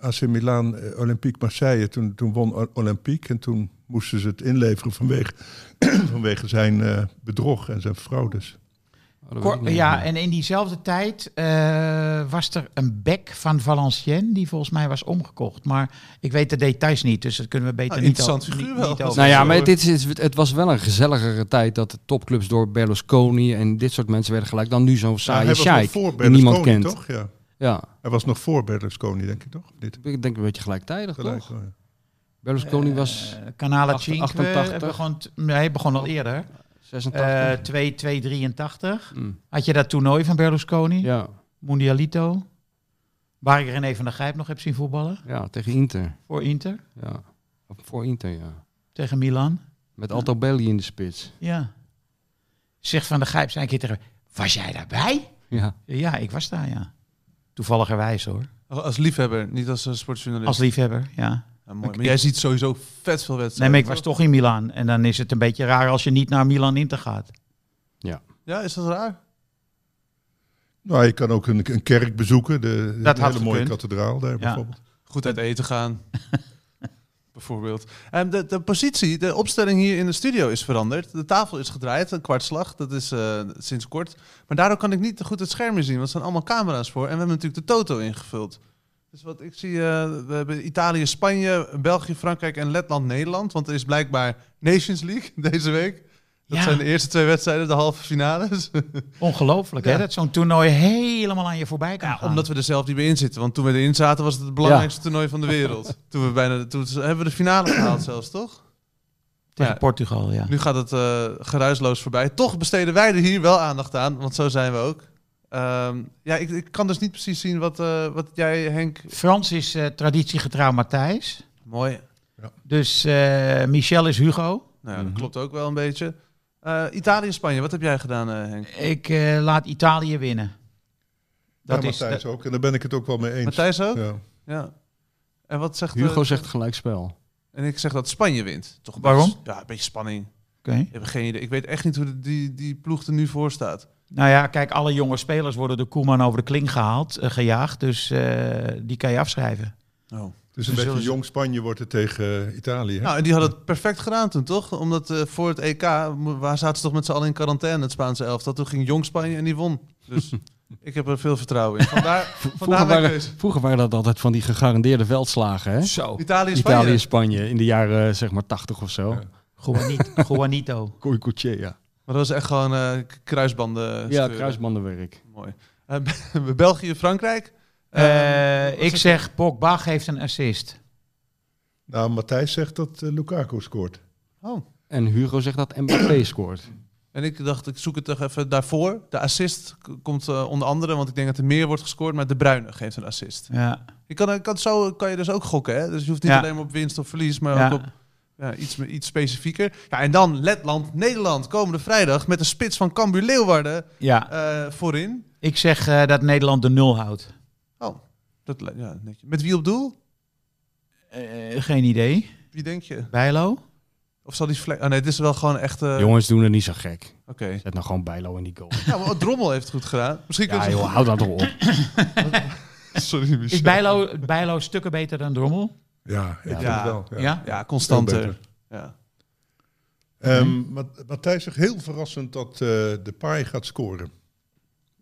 [SPEAKER 2] AC Milan eh, Olympique Marseille, toen, toen won O- Olympique. En toen moesten ze het inleveren vanwege, vanwege zijn eh, bedrog en zijn dus. fraudes.
[SPEAKER 6] oh, dat weet ik
[SPEAKER 5] Cor-
[SPEAKER 6] niet.
[SPEAKER 5] ja, en in diezelfde tijd eh, was er een bek van Valenciennes die volgens mij was omgekocht. Maar ik weet de details niet, dus dat kunnen we beter
[SPEAKER 3] Ah,
[SPEAKER 5] niet,
[SPEAKER 3] interessant
[SPEAKER 5] o-
[SPEAKER 3] figuur
[SPEAKER 5] niet,
[SPEAKER 3] wel.
[SPEAKER 5] niet over.
[SPEAKER 6] Nou ja,
[SPEAKER 3] Zo,
[SPEAKER 6] maar
[SPEAKER 3] eh.
[SPEAKER 6] dit is, het was wel een gezelligere tijd dat de topclubs door Berlusconi en dit soort mensen werden gelijk dan nu zo'n
[SPEAKER 2] Ja,
[SPEAKER 6] saaie
[SPEAKER 2] hij was nog
[SPEAKER 6] scheik
[SPEAKER 2] voor
[SPEAKER 6] die niemand
[SPEAKER 2] Berlusconi,
[SPEAKER 6] kent.
[SPEAKER 2] toch? Ja.
[SPEAKER 6] Ja,
[SPEAKER 2] Hij was nog voor Berlusconi, denk ik toch? Dit
[SPEAKER 6] ik denk een beetje gelijktijdig
[SPEAKER 2] gelijk. eh.
[SPEAKER 6] toch? Berlusconi was
[SPEAKER 5] Eh, Canale
[SPEAKER 6] Acht-
[SPEAKER 5] 5
[SPEAKER 6] 88.
[SPEAKER 5] begon, t- nee, begon al eerder.
[SPEAKER 6] 86.
[SPEAKER 5] Eh 2, 2, 83.
[SPEAKER 6] Mm.
[SPEAKER 5] Had je dat toernooi van Berlusconi,
[SPEAKER 6] ja,
[SPEAKER 5] Mundialito, waar ik René van der Gijp nog heb zien voetballen
[SPEAKER 6] ja, tegen Inter.
[SPEAKER 5] voor Inter,
[SPEAKER 6] Ja. Of Voor Inter, ja.
[SPEAKER 5] tegen Milan.
[SPEAKER 6] Met Alto Belli in de spits.
[SPEAKER 5] Ja. Zegt Van der Gijp zijn een keer tegen was jij daarbij?
[SPEAKER 6] Ja.
[SPEAKER 5] Ja, ik was daar, ja. Toevalligerwijs hoor.
[SPEAKER 3] Als liefhebber, niet als eh, sportjournalist.
[SPEAKER 5] Als liefhebber, ja.
[SPEAKER 3] Ja, mooi. Maar jij ziet sowieso vet veel wedstrijden.
[SPEAKER 5] Nee, maar ik was
[SPEAKER 3] toch?
[SPEAKER 5] toch in Milaan. En dan is het een beetje raar als je niet naar Milan Inter gaat.
[SPEAKER 3] Ja, is dat raar?
[SPEAKER 2] Nou, je kan ook een, een kerk bezoeken. De,
[SPEAKER 5] Dat
[SPEAKER 2] een
[SPEAKER 5] had
[SPEAKER 2] hele mooie
[SPEAKER 5] gekund.
[SPEAKER 2] kathedraal daar bijvoorbeeld.
[SPEAKER 3] Goed uit eten gaan. Bijvoorbeeld. En de, de positie, de opstelling hier in de studio is veranderd. De tafel is gedraaid, een kwartslag. Dat is eh, sinds kort. Maar daardoor kan ik niet goed het scherm meer zien, want er zijn allemaal camera's voor. En we hebben natuurlijk de toto ingevuld. Dus wat ik zie, eh, we hebben Italië, Spanje, België, Frankrijk en Letland, Nederland. Want er is blijkbaar Nations League deze week. Dat
[SPEAKER 5] Ja.
[SPEAKER 3] zijn de eerste twee wedstrijden, de halve finales.
[SPEAKER 5] Ongelooflijk,
[SPEAKER 3] Ja.
[SPEAKER 5] hè? Dat zo'n toernooi helemaal aan je voorbij kan
[SPEAKER 3] Ja,
[SPEAKER 5] gaan.
[SPEAKER 3] omdat we er zelf niet meer in zitten. Want toen we erin zaten was het het belangrijkste toernooi van de wereld. toen, we bijna, toen ze- hebben we de finale gehaald zelfs, toch?
[SPEAKER 5] Tegen
[SPEAKER 3] Ja.
[SPEAKER 5] Portugal, ja.
[SPEAKER 3] Nu gaat het eh, geruisloos voorbij. Toch besteden wij er hier wel aandacht aan, want zo zijn we ook. Ehm, ja, ik, ik kan dus niet precies zien wat, eh, wat jij, Henk...
[SPEAKER 5] Frans is eh, traditiegetrouw Matthijs.
[SPEAKER 3] Mooi.
[SPEAKER 5] Dus eh, Michel is Hugo.
[SPEAKER 3] Nou ja, dat klopt ook wel een beetje. Eh, Italië, Spanje, wat heb jij gedaan, eh, Henk?
[SPEAKER 5] Ik eh, laat Italië winnen.
[SPEAKER 2] Dat
[SPEAKER 5] Dat is,
[SPEAKER 2] Matthijs
[SPEAKER 5] dat-
[SPEAKER 2] ook. En daar ben ik het ook wel mee eens.
[SPEAKER 3] Matthijs ook? Ja.
[SPEAKER 2] Ja.
[SPEAKER 3] En wat zegt... eh,
[SPEAKER 6] Hugo zegt gelijkspel.
[SPEAKER 3] En ik zeg dat Spanje wint. Toch een
[SPEAKER 5] Waarom?
[SPEAKER 3] beetje- ja, een beetje spanning.
[SPEAKER 5] Oké.
[SPEAKER 3] Ik heb geen idee. Ik weet echt niet hoe de- die, die ploeg er nu voor staat.
[SPEAKER 5] Nou ja, kijk, alle jonge spelers worden door Koeman over de kling gehaald, eh, gejaagd. Dus eh, die kan je afschrijven.
[SPEAKER 3] Oh.
[SPEAKER 2] Dus een
[SPEAKER 5] Zullen
[SPEAKER 2] beetje
[SPEAKER 5] ze-
[SPEAKER 2] jong Spanje wordt het tegen eh, Italië. hè?
[SPEAKER 3] Nou, en die hadden het perfect gedaan toen, toch? Omdat eh, voor het EK, mo- waar zaten ze toch met z'n allen in quarantaine, het Spaanse elftal? Toen ging Jong Spanje en die won. Dus ik heb er veel vertrouwen in. Vandaar, vandaar
[SPEAKER 6] Vroeger
[SPEAKER 3] mijn
[SPEAKER 6] waren,
[SPEAKER 2] dus-
[SPEAKER 3] keuze.
[SPEAKER 6] vroeger waren dat altijd van die gegarandeerde veldslagen, hè?
[SPEAKER 5] Zo.
[SPEAKER 3] Italië, Spanje.
[SPEAKER 6] eh, Italië, Spanje in de jaren zeg maar 80 of zo.
[SPEAKER 2] Ja.
[SPEAKER 5] Juanito. Juanito.
[SPEAKER 6] Kooi Coutier, ja.
[SPEAKER 3] Maar dat was echt gewoon eh, k- kruisbanden.
[SPEAKER 6] ja,
[SPEAKER 3] scheuren.
[SPEAKER 6] kruisbandenwerk.
[SPEAKER 3] Mooi. Eh, België, Frankrijk.
[SPEAKER 5] Eh,
[SPEAKER 3] Eh, wat
[SPEAKER 5] ik
[SPEAKER 3] is-
[SPEAKER 5] zeg, Pogba geeft een assist.
[SPEAKER 2] Nou, Matthijs zegt dat eh, Lukaku scoort.
[SPEAKER 3] Oh.
[SPEAKER 6] En Hugo zegt dat Mbappé scoort.
[SPEAKER 3] En ik dacht, ik zoek het toch even daarvoor. De assist k- komt eh, onder andere, want ik denk dat er meer wordt gescoord, maar De Bruyne geeft een assist.
[SPEAKER 5] Ja.
[SPEAKER 3] Je kan, kan, zo kan je dus ook gokken, hè? Dus je hoeft niet
[SPEAKER 5] Ja.
[SPEAKER 3] alleen maar op winst of verlies, maar
[SPEAKER 5] Ja.
[SPEAKER 3] ook op ja, iets, iets specifieker. Ja, en dan Letland, Nederland, komende vrijdag met de spits van Cambuur Leeuwarden
[SPEAKER 5] ja,
[SPEAKER 3] eh, voorin.
[SPEAKER 5] ik zeg eh, dat Nederland de nul houdt.
[SPEAKER 3] Oh, dat, li- ja, netjes. met wie op doel?
[SPEAKER 5] Eh, geen idee.
[SPEAKER 3] Wie denk je?
[SPEAKER 5] Bijlo?
[SPEAKER 3] Of zal die vlek... Oh nee, dit is wel gewoon echt... eh,
[SPEAKER 6] Jongens doen het niet zo gek.
[SPEAKER 3] Oké.
[SPEAKER 6] Zet nou gewoon Bijlo in die goal.
[SPEAKER 3] Nou, maar Drommel heeft het goed gedaan. Misschien
[SPEAKER 6] Ja
[SPEAKER 3] kunnen
[SPEAKER 6] joh, hou dat toch op.
[SPEAKER 3] ze... Sorry, Michel.
[SPEAKER 5] Is Bijlo, Bijlo stukken beter dan Drommel?
[SPEAKER 2] Ja, ik
[SPEAKER 6] Ja.
[SPEAKER 2] vind
[SPEAKER 3] Ja.
[SPEAKER 2] het wel.
[SPEAKER 5] Ja?
[SPEAKER 3] Ja,
[SPEAKER 2] Veel
[SPEAKER 3] constanter.
[SPEAKER 2] beter.
[SPEAKER 3] Ja. Mhm.
[SPEAKER 2] Ehm, Mat- Matthijs zegt heel verrassend dat de Depay gaat scoren.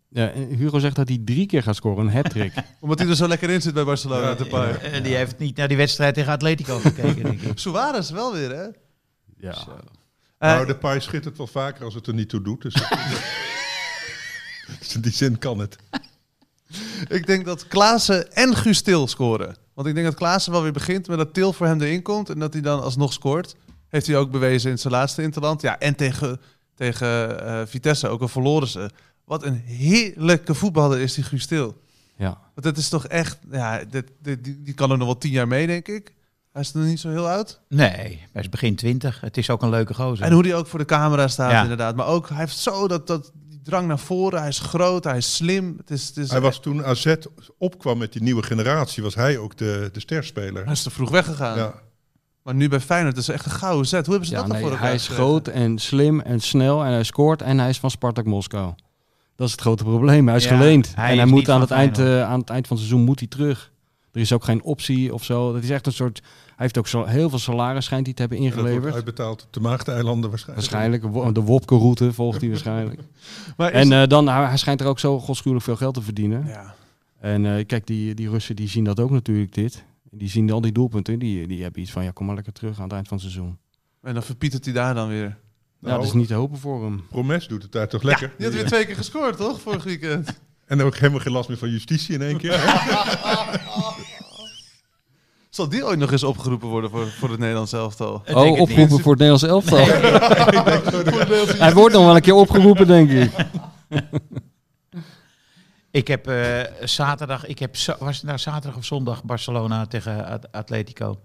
[SPEAKER 6] Ja, en Eh, Hugo zegt dat hij drie keer gaat scoren, een hat-trick.
[SPEAKER 3] Omdat hij er zo lekker in zit bij Barcelona.
[SPEAKER 2] Ja,
[SPEAKER 3] te paar.
[SPEAKER 5] Eh, die heeft niet naar die wedstrijd tegen Atletico gekeken, denk ik.
[SPEAKER 3] Suarez wel weer, hè?
[SPEAKER 6] Ja.
[SPEAKER 3] Eh,
[SPEAKER 2] nou, Depay schittert wel vaker als het er niet toe doet. Dus, dus in die zin kan het.
[SPEAKER 3] Ik denk dat Klaassen en Guus Til scoren. Want ik denk dat Klaassen wel weer begint, maar dat Til voor hem erin komt en dat hij dan alsnog scoort. Heeft hij ook bewezen in zijn laatste interland. Ja, en tegen, tegen eh, Vitesse, ook al verloren ze. Wat een heerlijke voetballer is die Guus Til.
[SPEAKER 6] ja.
[SPEAKER 3] Want dat is toch echt, ja, dit, dit- die, die kan er nog wel tien jaar mee, denk ik. Hij is nog niet zo heel oud.
[SPEAKER 5] Nee, hij is begin twintig. Het is ook een leuke gozer.
[SPEAKER 3] En hoe die ook voor de camera staat,
[SPEAKER 5] Ja.
[SPEAKER 3] inderdaad. Maar ook, hij heeft zo dat, dat die drang naar voren. Hij is groot, hij is slim. Het is, het is,
[SPEAKER 2] Hij was toen AZ opkwam met die nieuwe generatie, was hij ook de, de sterspeler.
[SPEAKER 3] hij is te vroeg weggegaan.
[SPEAKER 2] Ja.
[SPEAKER 3] Maar nu bij Feyenoord is het echt een gouden zet. Hoe hebben ze
[SPEAKER 6] Ja,
[SPEAKER 3] dat dan
[SPEAKER 6] nee,
[SPEAKER 3] voor elkaar?
[SPEAKER 6] hij is
[SPEAKER 3] gekregen?
[SPEAKER 6] groot en slim en snel en hij scoort en hij is van Spartak Moskou. Dat is het grote probleem. Hij is
[SPEAKER 5] Ja,
[SPEAKER 6] geleend.
[SPEAKER 5] hij
[SPEAKER 6] en hij
[SPEAKER 5] is
[SPEAKER 6] moet
[SPEAKER 5] niet
[SPEAKER 6] aan
[SPEAKER 5] van
[SPEAKER 6] het, eind,
[SPEAKER 5] Feyenoord.
[SPEAKER 6] eh, aan het eind van het seizoen moet hij terug. Er is ook geen optie of zo. Dat is echt een soort... Hij heeft ook zo, heel veel salaris schijnt hij te hebben
[SPEAKER 2] En dat wordt
[SPEAKER 6] ingeleverd.
[SPEAKER 2] uitbetaald op de Maagdeilanden waarschijnlijk.
[SPEAKER 6] Waarschijnlijk. Wo- De Wopke-route volgt hij waarschijnlijk.
[SPEAKER 3] Maar is-
[SPEAKER 6] En eh, dan, hij, hij schijnt er ook zo godschuwelijk veel geld te verdienen.
[SPEAKER 3] ja.
[SPEAKER 6] En eh, kijk, die, die Russen die zien dat ook natuurlijk dit. Die zien al die doelpunten. Die, die hebben iets van, ja, kom maar lekker terug aan het eind van het seizoen.
[SPEAKER 3] en dan verpietert hij daar dan weer.
[SPEAKER 6] ja,
[SPEAKER 2] Nou,
[SPEAKER 3] dus-
[SPEAKER 6] dat is niet te hopen voor hem.
[SPEAKER 2] Promes doet het daar toch lekker.
[SPEAKER 3] Die had weer twee keer gescoord, toch? Vorig weekend.
[SPEAKER 2] En ook helemaal geen last meer van justitie in één keer. hè?
[SPEAKER 3] Zal die ooit nog eens opgeroepen worden voor, voor het Nederlands elftal?
[SPEAKER 5] Ik denk
[SPEAKER 6] Oh,
[SPEAKER 5] het
[SPEAKER 6] oproepen
[SPEAKER 5] niet.
[SPEAKER 6] voor het Nederlands elftal. Hij wordt nog wel een keer opgeroepen, denk ik.
[SPEAKER 5] Ik heb eh, zaterdag, ik heb, za- was het nou zaterdag of zondag Barcelona tegen At- Atletico.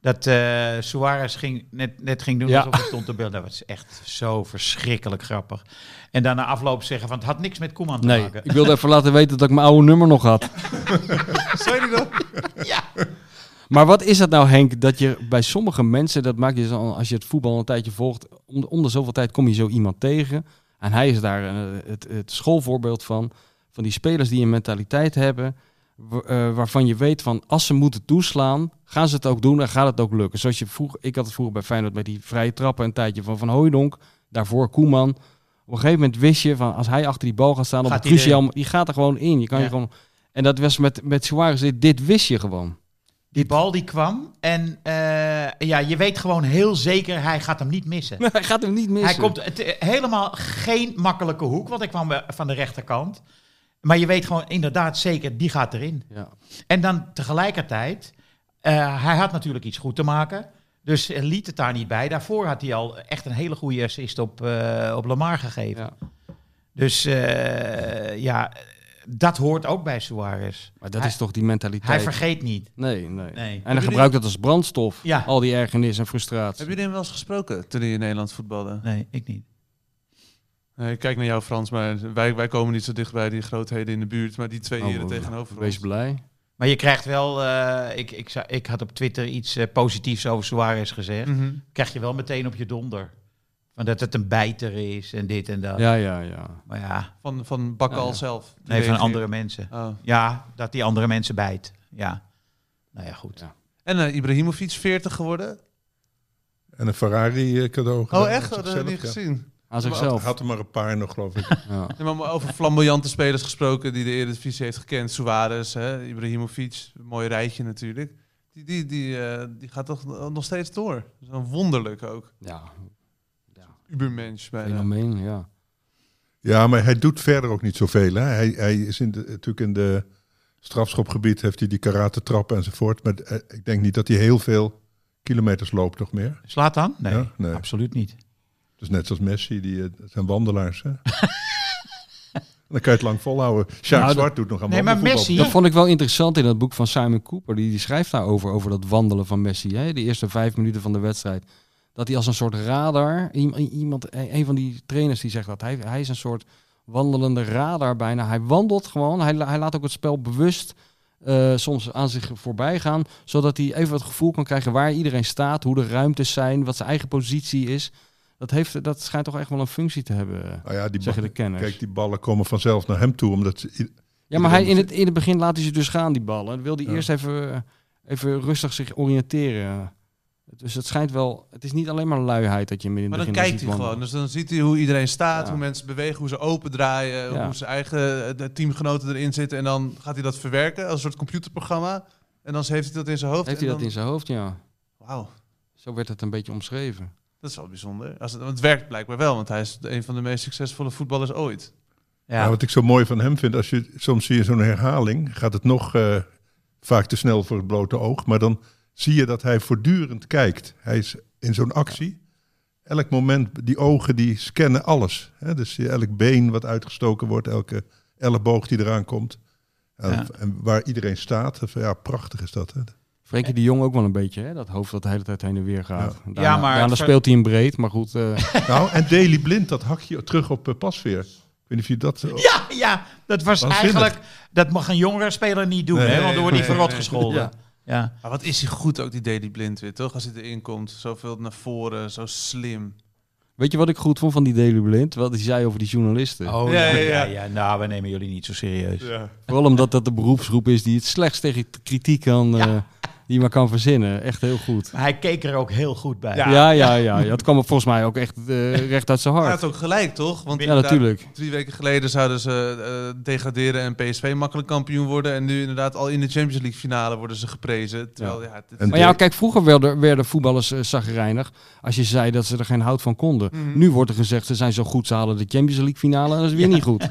[SPEAKER 5] Dat eh Suarez ging, net, net ging doen
[SPEAKER 6] Ja.
[SPEAKER 5] alsof hij stond te beelden. Dat was echt zo verschrikkelijk grappig. En dan na afloop zeggen van het had niks met Koeman te
[SPEAKER 6] Nee,
[SPEAKER 5] maken.
[SPEAKER 6] ik wilde even laten weten dat ik mijn oude nummer nog had.
[SPEAKER 3] Zijn die dat?
[SPEAKER 6] Maar wat is dat nou, Henk? Dat je bij sommige mensen, dat maakt je zo, als je het voetbal een tijdje volgt, om de, om de zoveel tijd kom je zo iemand tegen. En hij is daar eh, het, het schoolvoorbeeld van. Van die spelers die een mentaliteit hebben. wa- eh, waarvan je weet van als ze moeten toeslaan, gaan ze het ook doen en gaat het ook lukken. Zoals je vroeg, ik had het vroeger bij Feyenoord met die vrije trappen een tijdje van Van Hooijdonk, daarvoor Koeman. Op een gegeven moment wist je van als hij achter die bal gaat staan, op
[SPEAKER 5] Gaat
[SPEAKER 6] het
[SPEAKER 5] hij
[SPEAKER 6] cruciaal, die gaat er gewoon in. Je kan je
[SPEAKER 5] Ja.
[SPEAKER 6] gewoon, en dat was met, met Suarez, dit, dit wist je gewoon.
[SPEAKER 5] Die bal die kwam en eh, ja, je weet gewoon heel zeker hij gaat hem niet missen.
[SPEAKER 6] Nee, hij gaat hem niet missen.
[SPEAKER 5] Hij komt het, eh, helemaal geen makkelijke hoek, want ik kwam eh, van de rechterkant. Maar je weet gewoon inderdaad zeker, die gaat erin.
[SPEAKER 6] Ja.
[SPEAKER 5] En dan tegelijkertijd, eh, hij had natuurlijk iets goed te maken. Dus eh, liet het daar niet bij. Daarvoor had hij al echt een hele goede assist op, eh op Lamar gegeven.
[SPEAKER 6] Ja.
[SPEAKER 5] Dus eh, ja, dat hoort ook bij Suarez.
[SPEAKER 6] Maar dat
[SPEAKER 5] Hij-
[SPEAKER 6] is toch die mentaliteit.
[SPEAKER 5] Hij vergeet niet.
[SPEAKER 6] nee, nee,
[SPEAKER 5] Nee.
[SPEAKER 6] En hij gebruikt dat als brandstof.
[SPEAKER 5] Ja.
[SPEAKER 6] Al die ergernis en frustratie.
[SPEAKER 3] Hebben jullie hem wel eens gesproken toen hij in Nederland voetbalde?
[SPEAKER 5] Nee, ik niet.
[SPEAKER 3] Nee, ik kijk naar jou, Frans, maar wij, wij komen niet zo dicht bij die grootheden in de buurt. Maar die twee
[SPEAKER 6] Oh,
[SPEAKER 3] heren
[SPEAKER 6] we-
[SPEAKER 3] tegenover
[SPEAKER 6] Wees
[SPEAKER 3] ons.
[SPEAKER 6] blij.
[SPEAKER 5] Maar je krijgt wel, eh, ik, ik, zou- ik had op Twitter iets eh, positiefs over Suarez gezegd.
[SPEAKER 3] Mhm.
[SPEAKER 5] Krijg je wel meteen op je donder. Van dat het een bijter is en dit en dat.
[SPEAKER 6] Ja, ja, ja.
[SPEAKER 5] Maar ja,
[SPEAKER 3] Van, van Bakkal
[SPEAKER 6] Ja, ja.
[SPEAKER 3] zelf. Die
[SPEAKER 5] nee, van
[SPEAKER 3] reageerde.
[SPEAKER 5] andere mensen.
[SPEAKER 3] Oh.
[SPEAKER 5] Ja, dat die andere mensen bijt. Ja. Nou ja, goed.
[SPEAKER 3] En eh, Ibrahimovic, 40 geworden.
[SPEAKER 2] En een Ferrari eh, cadeau.
[SPEAKER 3] Oh,
[SPEAKER 2] gedaan
[SPEAKER 3] echt?
[SPEAKER 2] aan
[SPEAKER 3] Dat
[SPEAKER 2] zichzelf,
[SPEAKER 3] hadden we niet
[SPEAKER 2] ja.
[SPEAKER 3] gezien.
[SPEAKER 6] Aan
[SPEAKER 2] Hij
[SPEAKER 6] zichzelf.
[SPEAKER 2] had er maar een paar nog, geloof ik.
[SPEAKER 6] Ja.
[SPEAKER 3] Ja, maar over flamboyante spelers gesproken die de Eredivisie heeft gekend. Suarez, hè, Ibrahimovic, een mooi rijtje natuurlijk. Die, die, die, eh, die gaat toch nog steeds door. Dat is wel wonderlijk ook.
[SPEAKER 6] ja. ja.
[SPEAKER 3] ubermensch bijna.
[SPEAKER 6] Fenomeen, ja.
[SPEAKER 2] Ja, maar hij doet verder ook niet zoveel. Hè? Hij, hij is in de, natuurlijk in de strafschopgebied, heeft hij die karate trappen enzovoort. Maar eh, ik denk niet dat hij heel veel kilometers loopt nog meer.
[SPEAKER 5] Slaat dan? Nee,
[SPEAKER 2] Ja, nee.
[SPEAKER 5] absoluut niet.
[SPEAKER 2] Dus net zoals Messi, die eh, dat zijn wandelaars. Hè? Dan kan je het lang volhouden. Sjaak
[SPEAKER 6] Nou, dat-
[SPEAKER 2] Zwart doet nog aan
[SPEAKER 5] Nee, maar
[SPEAKER 2] wandelvoetbal.
[SPEAKER 5] Messi-
[SPEAKER 2] Ja,
[SPEAKER 6] Dat vond ik wel interessant in dat boek van Simon Cooper. Die, die schrijft daarover, over dat wandelen van Messi. Hè? De eerste vijf minuten van de wedstrijd. Dat hij als een soort radar, i- i- iemand, e- een van die trainers die zegt dat, hij, hij is een soort wandelende radar bijna. Hij wandelt gewoon, hij, la- hij laat ook het spel bewust eh, soms aan zich voorbij gaan. Zodat hij even het gevoel kan krijgen waar iedereen staat, hoe de ruimtes zijn, wat zijn eigen positie is. Dat, heeft, dat schijnt toch echt wel een functie te hebben,
[SPEAKER 2] Nou ja, die
[SPEAKER 6] zeggen de
[SPEAKER 2] ballen-
[SPEAKER 6] kenners.
[SPEAKER 2] kijk, die ballen komen vanzelf naar hem toe. Omdat ze-
[SPEAKER 6] Ja, maar hij, in,
[SPEAKER 2] Iedereen-
[SPEAKER 6] het, in het begin laat hij ze dus gaan, die ballen. Dan wil hij
[SPEAKER 2] Ja.
[SPEAKER 6] eerst even, even rustig zich oriënteren. Dus het schijnt wel... Het is niet alleen maar luiheid dat je hem in het
[SPEAKER 3] Maar dan
[SPEAKER 6] begin
[SPEAKER 3] kijkt
[SPEAKER 6] ziet
[SPEAKER 3] hij gewoon. Dus
[SPEAKER 6] wandelen.
[SPEAKER 3] dan ziet hij hoe iedereen staat,
[SPEAKER 6] Ja.
[SPEAKER 3] hoe mensen bewegen, hoe ze opendraaien,
[SPEAKER 6] Ja.
[SPEAKER 3] hoe zijn eigen eh, de teamgenoten erin zitten. En dan gaat hij dat verwerken als een soort computerprogramma. En dan heeft hij dat in zijn hoofd.
[SPEAKER 6] Heeft
[SPEAKER 3] en
[SPEAKER 6] hij dat
[SPEAKER 3] dan-
[SPEAKER 6] in zijn hoofd, ja.
[SPEAKER 3] Wauw,
[SPEAKER 6] Zo werd het een beetje omschreven.
[SPEAKER 3] dat is wel bijzonder. Als het, want het werkt blijkbaar wel, want hij is een van de meest succesvolle voetballers ooit.
[SPEAKER 5] Ja.
[SPEAKER 2] Ja, Nou, wat ik zo mooi van hem vind, als je soms zie je zo'n herhaling, gaat het nog eh, vaak te snel voor het blote oog. Maar dan zie je dat hij voortdurend kijkt. Hij is in zo'n actie. Elk moment, die ogen die scannen alles. Hè? Dus je- elk been wat uitgestoken wordt, elke elleboog die eraan komt. En,
[SPEAKER 5] Ja.
[SPEAKER 2] en waar iedereen staat. Van, Ja, prachtig is dat. Hè?
[SPEAKER 6] Frenkie de Jong ook wel een beetje, hè? Dat hoofd dat de hele tijd heen en weer gaat. Ja,
[SPEAKER 5] Ja, maar
[SPEAKER 6] Daarna
[SPEAKER 5] het ver-
[SPEAKER 6] speelt hij hem breed, maar goed... eh,
[SPEAKER 2] nou, en Daily Blind, dat hakje terug op eh, Pasveer. Ik weet niet of je dat... eh,
[SPEAKER 5] Ja, ja, dat was
[SPEAKER 2] Waanzinnig.
[SPEAKER 5] eigenlijk... Dat mag een jongere speler niet doen,
[SPEAKER 2] Nee,
[SPEAKER 5] hè, want dan wordt hij
[SPEAKER 3] nee,
[SPEAKER 5] verrot
[SPEAKER 3] nee.
[SPEAKER 5] gescholden.
[SPEAKER 6] Ja.
[SPEAKER 5] Ja.
[SPEAKER 3] Maar wat is hij goed ook, die Daily Blind weer, toch? Als hij erin komt, zoveel naar voren, zo slim.
[SPEAKER 6] weet je wat ik goed vond van die Daily Blind? Wat hij zei over die journalisten.
[SPEAKER 3] Ja,
[SPEAKER 5] Oh, ja,
[SPEAKER 3] ja,
[SPEAKER 5] ja,
[SPEAKER 3] ja.
[SPEAKER 5] ja, Nou, we nemen jullie niet zo serieus.
[SPEAKER 6] Vooral omdat dat de beroepsgroep is die het slechts tegen kritiek kan... eh, die maar kan verzinnen. Echt heel goed.
[SPEAKER 5] Maar hij keek er ook heel goed bij.
[SPEAKER 6] Ja, ja, ja. ja. Dat kwam er volgens mij ook echt eh, recht uit zijn
[SPEAKER 3] Hij
[SPEAKER 6] hart.
[SPEAKER 3] had ook gelijk, toch? Want
[SPEAKER 6] Ja,
[SPEAKER 3] inderdaad,
[SPEAKER 6] natuurlijk.
[SPEAKER 3] Drie weken geleden zouden ze eh, degraderen en PSV makkelijk kampioen worden. En nu inderdaad al in de Champions League finale worden ze geprezen. Terwijl, ja, dit-
[SPEAKER 2] En
[SPEAKER 6] Maar ja, kijk, vroeger werden, werden voetballers eh, zagrijnig als je zei dat ze er geen hout van konden. Nu wordt er gezegd, ze zijn zo goed, ze halen de Champions League finale en dat is weer niet goed.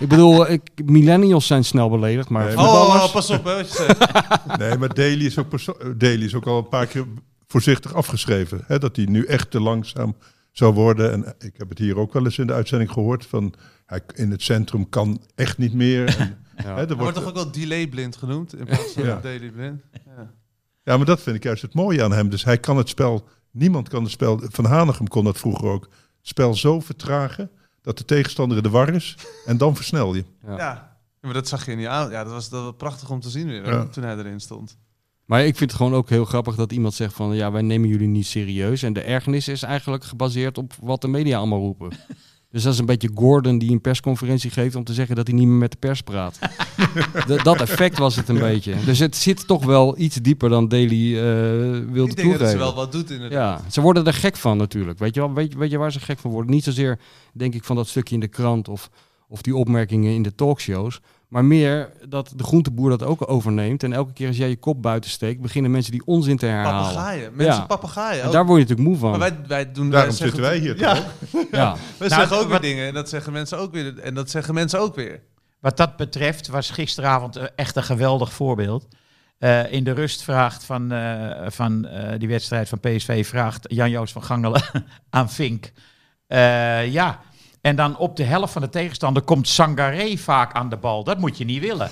[SPEAKER 6] ik bedoel, eh, ik, millennials zijn snel beledigd, maar
[SPEAKER 2] Nee,
[SPEAKER 3] Oh,
[SPEAKER 6] voetballers...
[SPEAKER 3] oh, pas op, hè, wat je zegt.
[SPEAKER 2] Nee, maar Daly is ook, perso- eh, Daly is ook al een paar keer voorzichtig afgeschreven. Hè? Dat hij nu echt te langzaam zou worden. En eh, ik heb het hier ook wel eens in de uitzending gehoord. Van, hij k- in het centrum kan echt niet meer. En, hè, er
[SPEAKER 3] Hij wordt
[SPEAKER 2] wordt,
[SPEAKER 3] toch ook wel delay blind genoemd in plaats van
[SPEAKER 2] Ja.
[SPEAKER 3] daily blind.
[SPEAKER 2] ja, maar dat vind ik juist het mooie aan hem. Dus hij kan het spel, niemand kan het spel, Van Hanegem kon dat vroeger ook. Het spel zo vertragen dat de tegenstander in de war is. En dan versnel je.
[SPEAKER 3] Ja.
[SPEAKER 6] Ja.
[SPEAKER 3] maar dat zag je niet aan. Ja, dat was, dat was prachtig om te zien weer,
[SPEAKER 2] Ja.
[SPEAKER 3] toen hij erin stond.
[SPEAKER 6] Maar ik vind het gewoon ook heel grappig dat iemand zegt van, ja, wij nemen jullie niet serieus. En de ergernis is eigenlijk gebaseerd op wat de media allemaal roepen. Dus dat is een beetje Gordon die een persconferentie geeft om te zeggen dat hij niet meer met de pers praat. D- dat effect was het een beetje. Dus het zit toch wel iets dieper dan Daily eh wilde
[SPEAKER 3] Ik denk dat ze
[SPEAKER 6] toegeven.
[SPEAKER 3] wel wat doet inderdaad.
[SPEAKER 6] Ja, ze worden er gek van natuurlijk. Weet je, wel, weet, weet je waar ze gek van worden? Niet zozeer, denk ik, van dat stukje in de krant of, of die opmerkingen in de talkshows. Maar meer dat de groenteboer dat ook overneemt. En elke keer als jij je kop buiten steekt, beginnen mensen die onzin te herhalen.
[SPEAKER 3] Papegaaien. Mensen
[SPEAKER 6] Ja.
[SPEAKER 3] papegaaien.
[SPEAKER 6] En
[SPEAKER 3] ook.
[SPEAKER 6] daar word je natuurlijk moe van.
[SPEAKER 3] Maar wij, wij
[SPEAKER 2] Daarom
[SPEAKER 3] doen wij zeggen-
[SPEAKER 2] zitten wij hier.
[SPEAKER 3] Ja.
[SPEAKER 2] toch ook?
[SPEAKER 6] ja.
[SPEAKER 3] We
[SPEAKER 5] Nou,
[SPEAKER 3] zeggen ook weer
[SPEAKER 5] wat-
[SPEAKER 3] dingen en dat zeggen mensen ook weer. En dat zeggen mensen ook weer.
[SPEAKER 5] Wat dat betreft was gisteravond eh, echt een geweldig voorbeeld. Eh, in de rust vraagt van, eh, van eh, die wedstrijd van PSV vraagt Jan-Joos van Gangelen aan Vink. Eh, ja, en dan op de helft van de tegenstander komt Sangaré vaak aan de bal. Dat moet je niet willen.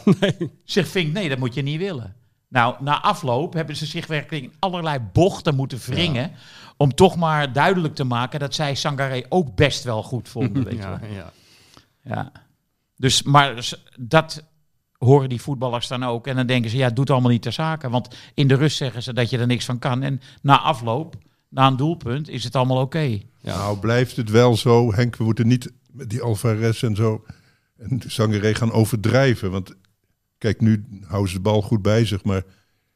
[SPEAKER 5] Zegt Vink, nee, dat moet je niet willen. Nou, na afloop hebben ze zich werkelijk in allerlei bochten moeten wringen... om toch maar duidelijk te maken dat zij Sangaré ook best wel goed vonden. Weet je wel.
[SPEAKER 6] Ja, ja.
[SPEAKER 5] Ja. Dus, maar s- dat horen die voetballers dan ook. En dan denken ze, ja, het doet allemaal niet ter zake. Want in de rust zeggen ze dat je er niks van kan. En na afloop, na een doelpunt, is het allemaal oké.
[SPEAKER 6] Ja.
[SPEAKER 2] Nou, blijft het wel zo, Henk. We moeten niet met die Alvarez en zo en Sangaré gaan overdrijven. Want kijk, nu houden ze de bal goed bij zich. Maar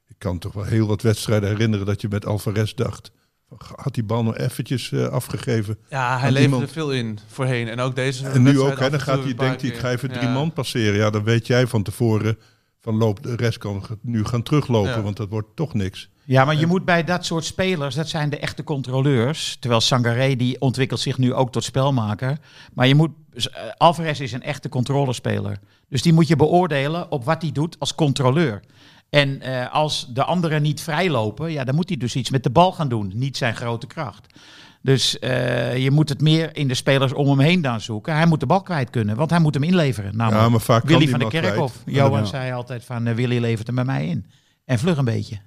[SPEAKER 2] ik kan toch wel heel wat wedstrijden herinneren dat je met Alvarez dacht. van, Had die bal nou eventjes eh, afgegeven?
[SPEAKER 3] Ja, hij
[SPEAKER 2] Want
[SPEAKER 3] leverde
[SPEAKER 2] iemand-
[SPEAKER 3] veel in voorheen. En ook deze.
[SPEAKER 2] En nu
[SPEAKER 3] wedstrijd
[SPEAKER 2] ook, hè,
[SPEAKER 3] af
[SPEAKER 2] dan
[SPEAKER 3] en
[SPEAKER 2] gaat
[SPEAKER 3] toe
[SPEAKER 2] hij,
[SPEAKER 3] een paar
[SPEAKER 2] denkt hij, ik
[SPEAKER 3] keer.
[SPEAKER 2] ga even drie
[SPEAKER 3] Ja.
[SPEAKER 2] man passeren. Ja, dan weet jij van tevoren van loop, de rest kan nu gaan teruglopen,
[SPEAKER 3] Ja.
[SPEAKER 2] want dat wordt toch niks.
[SPEAKER 5] Ja, maar je moet bij dat soort spelers, dat zijn de echte controleurs. Terwijl Sangaré, die ontwikkelt zich nu ook tot spelmaker. Maar je moet, eh, Alvarez is een echte controlespeler. Dus die moet je beoordelen op wat hij doet als controleur. En eh, als de anderen niet vrijlopen, ja, dan moet hij dus iets met de bal gaan doen. Niet zijn grote kracht. Dus eh, je moet het meer in de spelers om hem heen dan zoeken. Hij moet de bal kwijt kunnen, want hij moet hem inleveren. Namelijk
[SPEAKER 2] Ja, maar vaak kan
[SPEAKER 5] Willy
[SPEAKER 2] die
[SPEAKER 5] van der
[SPEAKER 2] wel
[SPEAKER 5] Kerkhof.
[SPEAKER 2] kwijt.
[SPEAKER 5] Johan
[SPEAKER 6] Ja.
[SPEAKER 5] zei altijd van, eh, Willy levert hem bij mij in. En vlug een beetje.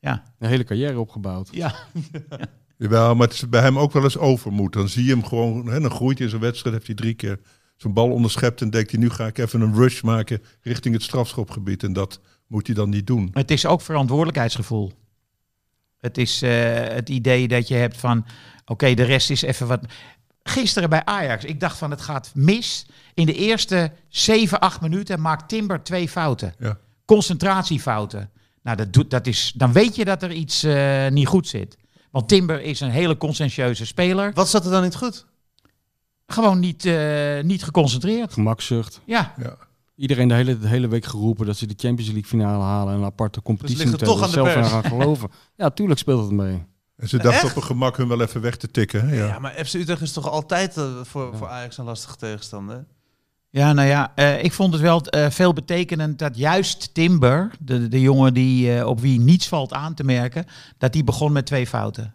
[SPEAKER 5] Ja.
[SPEAKER 6] Een hele carrière opgebouwd.
[SPEAKER 5] Ja.
[SPEAKER 2] Jawel, maar het is bij hem ook wel eens overmoed. Dan zie je hem gewoon, hè, dan groeit hij in zijn wedstrijd, heeft hij drie keer zijn bal onderschept en denkt hij, nu ga ik even een rush maken richting het strafschopgebied. En dat moet hij dan niet doen.
[SPEAKER 5] Het is ook verantwoordelijkheidsgevoel. Het is eh, het idee dat je hebt van, oké, de rest is even wat... Gisteren bij Ajax, ik dacht van het gaat mis. In de eerste 7, 8 minuten maakt Timber twee fouten.
[SPEAKER 2] Ja.
[SPEAKER 5] Concentratiefouten. Nou, dat doet, dat is, dan weet je dat er iets eh, niet goed zit. Want Timber is een hele conscientieuze speler.
[SPEAKER 3] Wat zat er dan niet goed?
[SPEAKER 5] Gewoon niet, eh, niet geconcentreerd.
[SPEAKER 6] Gemakzucht.
[SPEAKER 5] Ja,
[SPEAKER 6] Iedereen de hele, de hele week geroepen dat ze de Champions League finale halen. En een aparte competitie
[SPEAKER 3] ligt het
[SPEAKER 6] moeten
[SPEAKER 3] toch
[SPEAKER 6] hebben.
[SPEAKER 3] aan de
[SPEAKER 6] zelf aan gaan geloven. ja, tuurlijk speelt het mee.
[SPEAKER 2] En ze dachten
[SPEAKER 3] Echt?
[SPEAKER 2] op hun gemak hun wel even weg te tikken. Hè?
[SPEAKER 3] Ja.
[SPEAKER 2] Ja.
[SPEAKER 3] maar FC Utrecht is toch altijd eh, voor, voor Ajax een lastige tegenstander?
[SPEAKER 5] Ja, nou ja, eh, ik vond het wel eh, veelbetekenend dat juist Timber, de, de jongen die, eh, op wie niets valt aan te merken, dat die begon met twee fouten.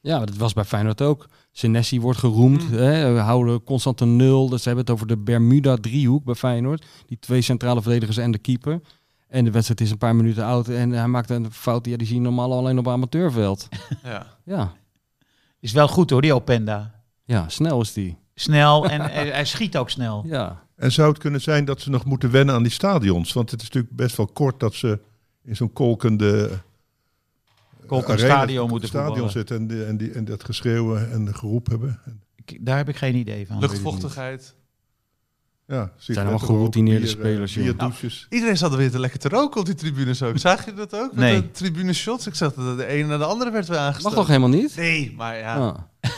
[SPEAKER 6] Ja, maar dat was bij Feyenoord ook. Senesi wordt geroemd. Hè, we houden constant een nul. Dus ze hebben het over de Bermuda-driehoek bij Feyenoord. Die twee centrale verdedigers en de keeper. En de wedstrijd is een paar minuten oud. En hij maakt een fout. Ja, die zie je normaal alleen op amateurveld.
[SPEAKER 3] Ja.
[SPEAKER 6] Ja,
[SPEAKER 5] Is wel goed hoor, die Openda.
[SPEAKER 6] ja snel is die.
[SPEAKER 5] Snel en hij, hij schiet ook snel.
[SPEAKER 6] Ja.
[SPEAKER 2] En zou het kunnen zijn dat ze nog moeten wennen aan die stadions? Want het is natuurlijk best wel kort dat ze in zo'n kolkende eh,
[SPEAKER 5] Kolkend
[SPEAKER 2] arena-
[SPEAKER 5] stadion moeten
[SPEAKER 2] stadion
[SPEAKER 5] voetballen.
[SPEAKER 2] zitten en, die- en, die, en dat geschreeuw en geroep hebben.
[SPEAKER 5] Ik- Daar heb ik geen idee van.
[SPEAKER 3] Luchtvochtigheid.
[SPEAKER 2] Ja,
[SPEAKER 6] zijn allemaal geroutineerde spelers, joh.
[SPEAKER 2] Vier eh, douches.
[SPEAKER 3] Iedereen zat er weer te lekker te roken op die tribunes ook. Zag je dat ook? Met
[SPEAKER 5] Nee.
[SPEAKER 3] de tribune shots. Ik zag dat de ene naar de andere werd weer
[SPEAKER 6] Mag
[SPEAKER 3] aangesteld.
[SPEAKER 6] toch helemaal niet?
[SPEAKER 3] Nee, maar ja,
[SPEAKER 2] Oh.
[SPEAKER 6] Ja.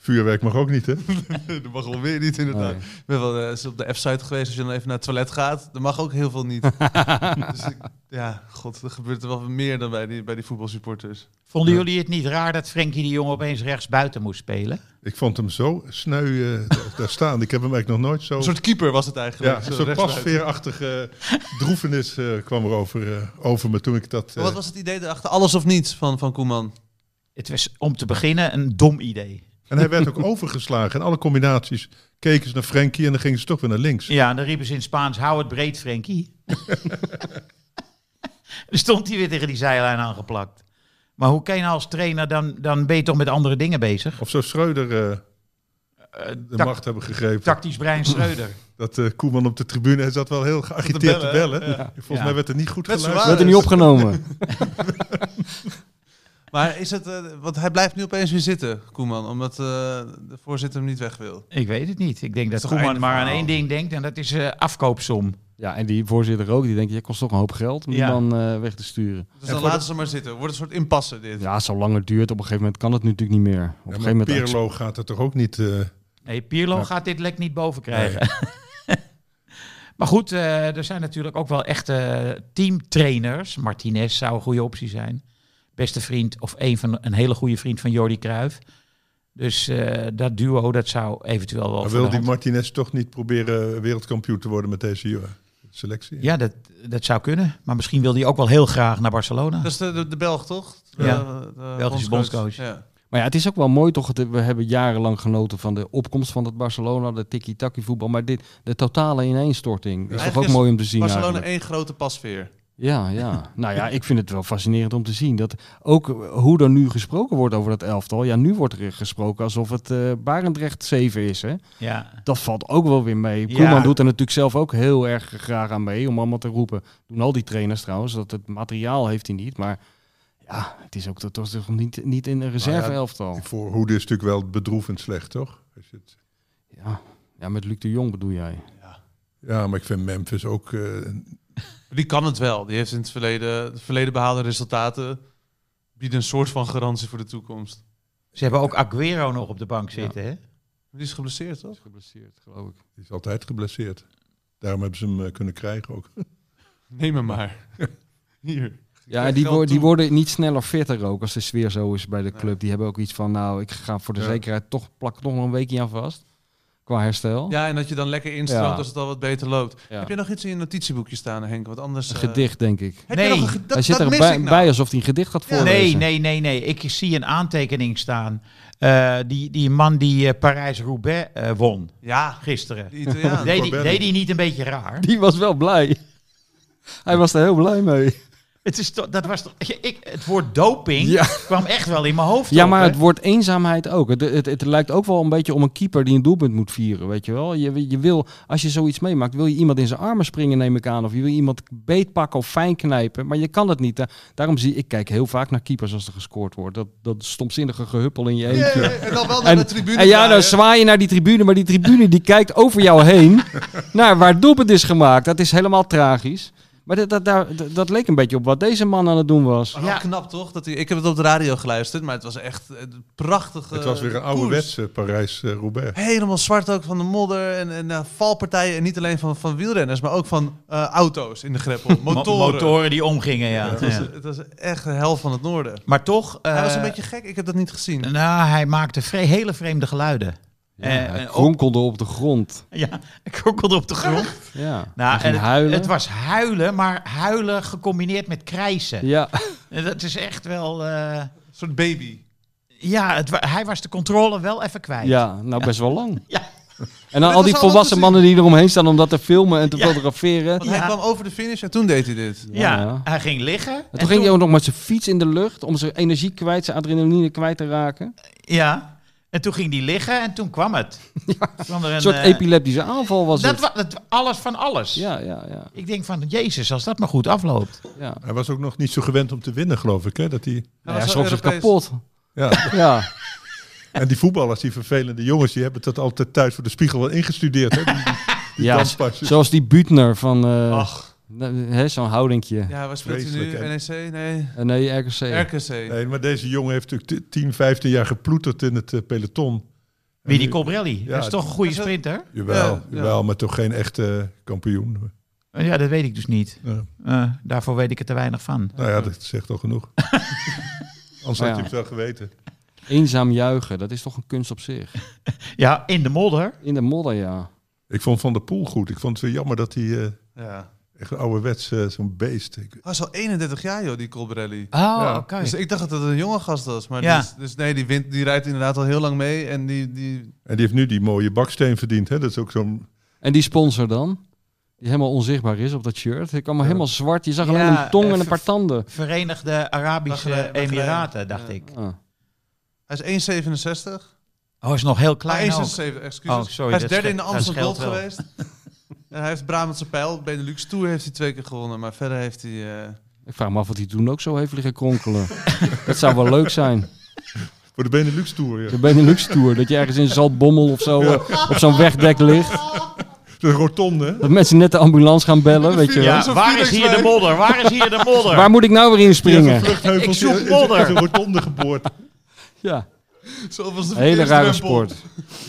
[SPEAKER 2] Vuurwerk mag ook niet, hè?
[SPEAKER 3] dat mag wel weer niet inderdaad.
[SPEAKER 6] Nee.
[SPEAKER 3] Ik ben wel eh, eens op de F-site geweest. Als je dan even naar het toilet gaat, dan mag ook heel veel niet. dus ik, ja, god, er gebeurt er wel meer dan bij die, bij die
[SPEAKER 2] Oh.
[SPEAKER 3] voetbalsupporters.
[SPEAKER 5] Vonden jullie het niet raar dat Frenkie de Jong opeens rechts buiten moest spelen?
[SPEAKER 2] Ik vond hem zo sneu eh, daar- daar staan. Ik heb hem eigenlijk nog nooit zo...
[SPEAKER 3] Een soort keeper was het
[SPEAKER 2] ja,
[SPEAKER 3] eigenlijk.
[SPEAKER 2] een
[SPEAKER 3] zo
[SPEAKER 2] soort
[SPEAKER 3] rechtsbuiten.
[SPEAKER 2] pasveerachtige droefenis eh, kwam er over, eh, over me toen ik dat... eh,
[SPEAKER 3] Maar wat was het idee erachter? Alles of niets van, van Koeman?
[SPEAKER 5] Het was om te beginnen een dom idee.
[SPEAKER 2] En hij werd ook overgeslagen. En alle combinaties keken ze naar Frenkie en dan gingen ze toch weer naar links.
[SPEAKER 5] Ja, en dan riepen ze in Spaans: hou het breed, Frenkie. dan stond hij weer tegen die zijlijn aangeplakt. Maar hoe kan je nou als trainer, dan, dan ben je toch met andere dingen bezig?
[SPEAKER 2] Of zou Schreuder eh,
[SPEAKER 5] Eh,
[SPEAKER 2] de
[SPEAKER 5] tac-
[SPEAKER 2] macht hebben gegrepen?
[SPEAKER 5] tactisch Brian Schreuder.
[SPEAKER 2] Dat eh, Koeman op de tribune, hij zat wel heel geagiteerd te
[SPEAKER 3] Te
[SPEAKER 2] bellen.
[SPEAKER 3] bellen,
[SPEAKER 2] Volgens
[SPEAKER 5] Ja.
[SPEAKER 2] mij werd er niet goed
[SPEAKER 3] Met
[SPEAKER 2] geluisterd.
[SPEAKER 6] Werd er niet opgenomen.
[SPEAKER 3] Maar is het, eh, want hij blijft nu opeens weer zitten, Koeman, omdat eh, de voorzitter hem niet weg wil.
[SPEAKER 5] Ik weet het niet. Ik denk dat
[SPEAKER 3] is toch
[SPEAKER 5] Koeman
[SPEAKER 3] einde
[SPEAKER 5] maar aan
[SPEAKER 3] verhaal.
[SPEAKER 5] één ding denkt en dat is eh, afkoopsom.
[SPEAKER 6] Ja, en die voorzitter ook. Die denkt, je kost toch een hoop geld om die
[SPEAKER 5] Ja.
[SPEAKER 6] man eh, weg te sturen.
[SPEAKER 3] Dus dan laten ze maar zitten. Wordt een soort impasse dit.
[SPEAKER 6] Ja, zolang het duurt, op een gegeven moment kan het natuurlijk niet meer. Op een
[SPEAKER 2] Ja,
[SPEAKER 6] gegeven
[SPEAKER 2] maar
[SPEAKER 6] moment...
[SPEAKER 2] Pirlo gaat er toch ook niet... eh,
[SPEAKER 5] Nee, Pirlo
[SPEAKER 6] Ja.
[SPEAKER 5] gaat dit lek niet boven krijgen. maar goed, eh, er zijn natuurlijk ook wel echte teamtrainers. Martinez zou een goede optie zijn. Beste vriend of een, van, een hele goede vriend van Jordi Cruijff. Dus eh, dat duo, dat zou eventueel wel...
[SPEAKER 2] maar
[SPEAKER 5] voor
[SPEAKER 2] wil
[SPEAKER 5] de
[SPEAKER 2] die
[SPEAKER 5] hand-
[SPEAKER 2] Martinez toch niet proberen wereldkampioen te worden met deze eh, selectie?
[SPEAKER 5] Ja, dat, dat zou kunnen. Maar misschien wil hij ook wel heel graag naar Barcelona.
[SPEAKER 3] Dat is de, de, de Belg, toch? De,
[SPEAKER 5] Ja.
[SPEAKER 3] de
[SPEAKER 5] Belgische bondscoach.
[SPEAKER 3] Ja.
[SPEAKER 6] Maar ja, het is ook wel mooi toch. het- We hebben jarenlang genoten van de opkomst van het Barcelona, de tiki-taki voetbal. Maar dit, de totale ineenstorting, is toch
[SPEAKER 3] Eigenlijk
[SPEAKER 6] ook
[SPEAKER 3] is
[SPEAKER 6] mooi om te zien
[SPEAKER 3] Barcelona
[SPEAKER 6] eigenlijk.
[SPEAKER 3] één grote pasveer.
[SPEAKER 6] Ja, ja. nou ja, ik vind het wel fascinerend om te zien. Dat ook eh, hoe er nu gesproken wordt over dat elftal. Ja, nu wordt er gesproken alsof het eh Barendrecht 7 is. Hè?
[SPEAKER 5] Ja.
[SPEAKER 6] Dat valt ook wel weer mee.
[SPEAKER 5] Ja.
[SPEAKER 6] Koeman doet er natuurlijk zelf ook heel erg graag aan mee. Om allemaal te roepen. Doen al die trainers trouwens. Dat het materiaal heeft hij niet. Maar ja, het is ook toch toch niet, niet in
[SPEAKER 3] Nou
[SPEAKER 6] een reserve elftal.
[SPEAKER 2] Die voorhoede is natuurlijk wel bedroevend slecht, toch? Als je het-
[SPEAKER 6] Ja. ja, met Luc de Jong bedoel jij.
[SPEAKER 2] Ja, maar ik vind Memphis ook... eh,
[SPEAKER 3] Die kan het wel. Die heeft in het verleden, het verleden behaalde resultaten. Bieden een soort van garantie voor de toekomst.
[SPEAKER 5] Ze hebben ook Aguero nog op de bank zitten, hè?
[SPEAKER 3] Die is geblesseerd, toch?
[SPEAKER 6] Geblesseerd, geloof ik.
[SPEAKER 2] die is altijd geblesseerd. Daarom hebben ze hem eh, kunnen krijgen ook.
[SPEAKER 3] Neem hem maar. Hier.
[SPEAKER 6] Ja, die, wo- die worden niet sneller fitter ook als de sfeer zo is bij de club. Die hebben ook iets van, nou, ik ga voor de
[SPEAKER 2] Ja.
[SPEAKER 6] zekerheid toch plak er nog wel een weekje aan vast. Qua herstel.
[SPEAKER 3] Ja, en dat je dan lekker instroomt
[SPEAKER 6] Ja.
[SPEAKER 3] als het al wat beter loopt.
[SPEAKER 6] Ja.
[SPEAKER 3] Heb je nog iets in je notitieboekje staan, Henk? Want anders...
[SPEAKER 6] Een
[SPEAKER 3] eh,
[SPEAKER 6] gedicht, denk ik.
[SPEAKER 3] heb
[SPEAKER 5] Nee,
[SPEAKER 3] je nog een ge- dat,
[SPEAKER 6] hij zit
[SPEAKER 3] dat
[SPEAKER 6] er
[SPEAKER 3] mis
[SPEAKER 6] bij,
[SPEAKER 3] ik nou.
[SPEAKER 6] bij alsof hij een gedicht gaat
[SPEAKER 3] Ja.
[SPEAKER 6] voorlezen.
[SPEAKER 5] Nee, nee, nee, nee. Ik zie een aantekening staan. Eh, die, die man die eh, Parijs-Roubaix eh, won
[SPEAKER 3] Ja,
[SPEAKER 5] gisteren.
[SPEAKER 3] die Italiaan.
[SPEAKER 5] Deed die,
[SPEAKER 2] Corbelli.
[SPEAKER 5] deed die niet een beetje raar?
[SPEAKER 6] Die was wel blij. Hij was er heel blij mee.
[SPEAKER 5] Het, is toch- dat was toch, ik, het woord doping
[SPEAKER 6] Ja.
[SPEAKER 5] kwam echt wel in mijn hoofd.
[SPEAKER 6] Ja,
[SPEAKER 5] op,
[SPEAKER 6] maar
[SPEAKER 5] hè?
[SPEAKER 6] het wordt eenzaamheid ook. Het, het, het lijkt ook wel een beetje om een keeper die een doelpunt moet vieren, weet je wel. Je, je wil, als je zoiets meemaakt, wil je iemand in zijn armen springen, neem ik aan. Of je wil iemand beetpakken of fijn knijpen, maar je kan dat niet. Da- Daarom zie ik, kijk heel vaak naar keepers als er gescoord wordt. Dat, dat stomzinnige gehuppel in je eentje.
[SPEAKER 3] Ja, en dan wel naar
[SPEAKER 6] En-
[SPEAKER 3] de tribune.
[SPEAKER 6] En ja, dan
[SPEAKER 3] draaien.
[SPEAKER 6] zwaai je naar die tribune, maar die tribune die kijkt over jou heen naar waar het doelpunt is gemaakt. Dat is helemaal tragisch. Maar dat, dat, daar- dat, dat leek een beetje op wat deze man aan het doen was.
[SPEAKER 3] Maar wel
[SPEAKER 5] Ja.
[SPEAKER 3] knap toch? Dat hij, ik heb het op de radio geluisterd, maar het was echt een prachtige
[SPEAKER 2] Het was weer een
[SPEAKER 3] eh, koers.
[SPEAKER 2] ouderwetse Parijs-Roubaix.
[SPEAKER 3] Helemaal zwart ook van de modder en, en eh, valpartijen. En niet alleen van, van wielrenners, maar ook van eh, auto's in de greppel.
[SPEAKER 5] Mo-
[SPEAKER 3] Motoren.
[SPEAKER 5] motoren die omgingen, ja.
[SPEAKER 3] Het, was,
[SPEAKER 5] Ja.
[SPEAKER 3] het was echt de hel van het noorden.
[SPEAKER 5] Maar toch...
[SPEAKER 3] Hij was
[SPEAKER 5] eh,
[SPEAKER 3] een beetje gek, ik heb dat niet gezien.
[SPEAKER 5] Nou, hij maakte vre- hele vreemde geluiden.
[SPEAKER 6] Ja,
[SPEAKER 5] Eh,
[SPEAKER 6] hij
[SPEAKER 5] eh,
[SPEAKER 6] kronkelde op de grond.
[SPEAKER 5] Ja, ik krokkelde op de grond.
[SPEAKER 6] Ja.
[SPEAKER 5] Nou,
[SPEAKER 6] Hij ging
[SPEAKER 5] en het,
[SPEAKER 6] huilen.
[SPEAKER 5] het was huilen, maar huilen gecombineerd met krijsen.
[SPEAKER 6] ja.
[SPEAKER 5] En Dat is echt wel... eh,
[SPEAKER 3] Een soort baby.
[SPEAKER 5] ja, het wa- hij was de controle wel even kwijt.
[SPEAKER 6] ja, nou best wel lang.
[SPEAKER 5] Ja.
[SPEAKER 6] En dan
[SPEAKER 3] Dit was
[SPEAKER 6] al die
[SPEAKER 3] allemaal te
[SPEAKER 6] volwassen
[SPEAKER 3] zien.
[SPEAKER 6] mannen die eromheen staan om dat te filmen en te
[SPEAKER 5] Ja.
[SPEAKER 6] fotograferen.
[SPEAKER 3] Want
[SPEAKER 5] Ja.
[SPEAKER 3] hij kwam over de finish en toen deed hij dit.
[SPEAKER 5] Ja,
[SPEAKER 6] Ja.
[SPEAKER 5] hij ging liggen. En
[SPEAKER 6] En toen ging hij ook nog met zijn fiets in de lucht om zijn energie kwijt, zijn adrenaline kwijt te raken.
[SPEAKER 5] Ja, en toen ging hij liggen en toen kwam het. Toen kwam er
[SPEAKER 6] Een soort
[SPEAKER 5] eh,
[SPEAKER 6] epileptische aanval was
[SPEAKER 5] dat
[SPEAKER 6] het.
[SPEAKER 5] wa- dat, alles van alles.
[SPEAKER 6] Ja, ja, ja,
[SPEAKER 5] Ik denk van, jezus, als dat maar goed afloopt.
[SPEAKER 6] ja.
[SPEAKER 2] Hij was ook nog niet zo gewend om te winnen, geloof ik. Hè? Dat hij,
[SPEAKER 6] Hij,
[SPEAKER 3] was wel
[SPEAKER 6] schrok zich
[SPEAKER 3] Europees.
[SPEAKER 6] kapot.
[SPEAKER 2] ja.
[SPEAKER 6] Ja.
[SPEAKER 2] En die voetballers, die vervelende jongens, die hebben dat altijd thuis voor de spiegel wel ingestudeerd. Hè? Die, die
[SPEAKER 6] Ja,
[SPEAKER 2] danspasjes.
[SPEAKER 6] Zoals die Butner van eh,
[SPEAKER 3] Ach.
[SPEAKER 6] nou, hè, zo'n houdinkje.
[SPEAKER 3] Ja, waar speelt hij nu?
[SPEAKER 2] Vreselijk,
[SPEAKER 3] NEC? Nee.
[SPEAKER 6] Eh, nee, RKC.
[SPEAKER 3] RKC.
[SPEAKER 2] Nee, maar deze jongen heeft natuurlijk t- 10, 15 jaar geploeterd in het eh, peloton.
[SPEAKER 5] Wie die
[SPEAKER 2] komt?
[SPEAKER 5] Cobrelli,
[SPEAKER 2] Ja,
[SPEAKER 5] dat is toch een goede
[SPEAKER 3] dat-
[SPEAKER 5] sprinter?
[SPEAKER 2] Jawel,
[SPEAKER 3] Ja, ja.
[SPEAKER 2] jawel, maar toch geen echte eh, kampioen.
[SPEAKER 5] Ja, dat weet ik dus niet.
[SPEAKER 2] Ja.
[SPEAKER 5] Eh, daarvoor weet ik er te weinig van.
[SPEAKER 2] Nou ja, dat zegt al genoeg. Anders
[SPEAKER 6] Maar
[SPEAKER 2] had je
[SPEAKER 6] ja.
[SPEAKER 2] het wel geweten.
[SPEAKER 6] Eenzaam juichen, dat is toch een kunst op zich.
[SPEAKER 5] Ja, in de modder.
[SPEAKER 6] In de modder, ja.
[SPEAKER 2] Ik vond Van der Poel goed. Ik vond het weer jammer dat hij eh,
[SPEAKER 3] Ja.
[SPEAKER 2] echt een ouderwets eh, zo'n beest... Ik,
[SPEAKER 3] Hij is al 31 jaar joh, die Colbrelli.
[SPEAKER 5] Oh,
[SPEAKER 2] Ja.
[SPEAKER 5] oké.
[SPEAKER 3] Dus ik dacht dat het een jonge gast was. Maar
[SPEAKER 5] Ja.
[SPEAKER 3] dus, dus nee, die, wint, die rijdt inderdaad al heel lang mee. En die, die,
[SPEAKER 2] en die heeft nu die mooie baksteen verdiend. Hè? Dat is ook zo'n...
[SPEAKER 6] En die sponsor dan? Die helemaal onzichtbaar is op dat shirt. Ik kwam maar
[SPEAKER 2] Ja.
[SPEAKER 6] helemaal zwart. Je zag
[SPEAKER 5] Ja,
[SPEAKER 6] alleen een tong en
[SPEAKER 5] eh,
[SPEAKER 6] een paar tanden.
[SPEAKER 5] Verenigde Arabische
[SPEAKER 3] Bahrein, Bahrein.
[SPEAKER 5] Emiraten, dacht
[SPEAKER 3] Ja.
[SPEAKER 5] ik.
[SPEAKER 6] Ah.
[SPEAKER 3] hij is 1,67.
[SPEAKER 5] Oh, is nog heel
[SPEAKER 3] Ah,
[SPEAKER 5] klein ook.
[SPEAKER 3] 1,76, excuses.
[SPEAKER 5] Oh, sorry,
[SPEAKER 3] hij is
[SPEAKER 5] dat
[SPEAKER 3] derde
[SPEAKER 5] scheelt-
[SPEAKER 3] in de
[SPEAKER 5] dat
[SPEAKER 3] Amsterdam
[SPEAKER 5] scheelt
[SPEAKER 3] Gold
[SPEAKER 5] wel.
[SPEAKER 3] geweest. en hij heeft Brabantse Pijl, Benelux Tour heeft hij twee keer gewonnen. Maar verder heeft hij... eh,
[SPEAKER 6] Ik vraag me af wat hij toen ook zo heeft liggen kronkelen. dat zou wel leuk zijn.
[SPEAKER 2] Voor de Benelux Tour, ja.
[SPEAKER 6] De Benelux Tour. Dat je ergens in Zaltbommel of zo eh, op zo'n wegdek ligt.
[SPEAKER 2] De rotonde, hè?
[SPEAKER 6] Dat mensen net de ambulance gaan bellen, weet je wel.
[SPEAKER 5] Ja, waar is hier de modder? Waar is hier de modder?
[SPEAKER 6] Waar moet ik nou weer in
[SPEAKER 2] Ja,
[SPEAKER 6] springen?
[SPEAKER 2] vluchtheuvel.
[SPEAKER 5] Ik zoek
[SPEAKER 2] is- is-
[SPEAKER 5] modder.
[SPEAKER 2] is een rotonde geboord.
[SPEAKER 6] Ja,
[SPEAKER 3] Zo was de
[SPEAKER 6] hele rare
[SPEAKER 3] verkeersdrempel.
[SPEAKER 6] sport.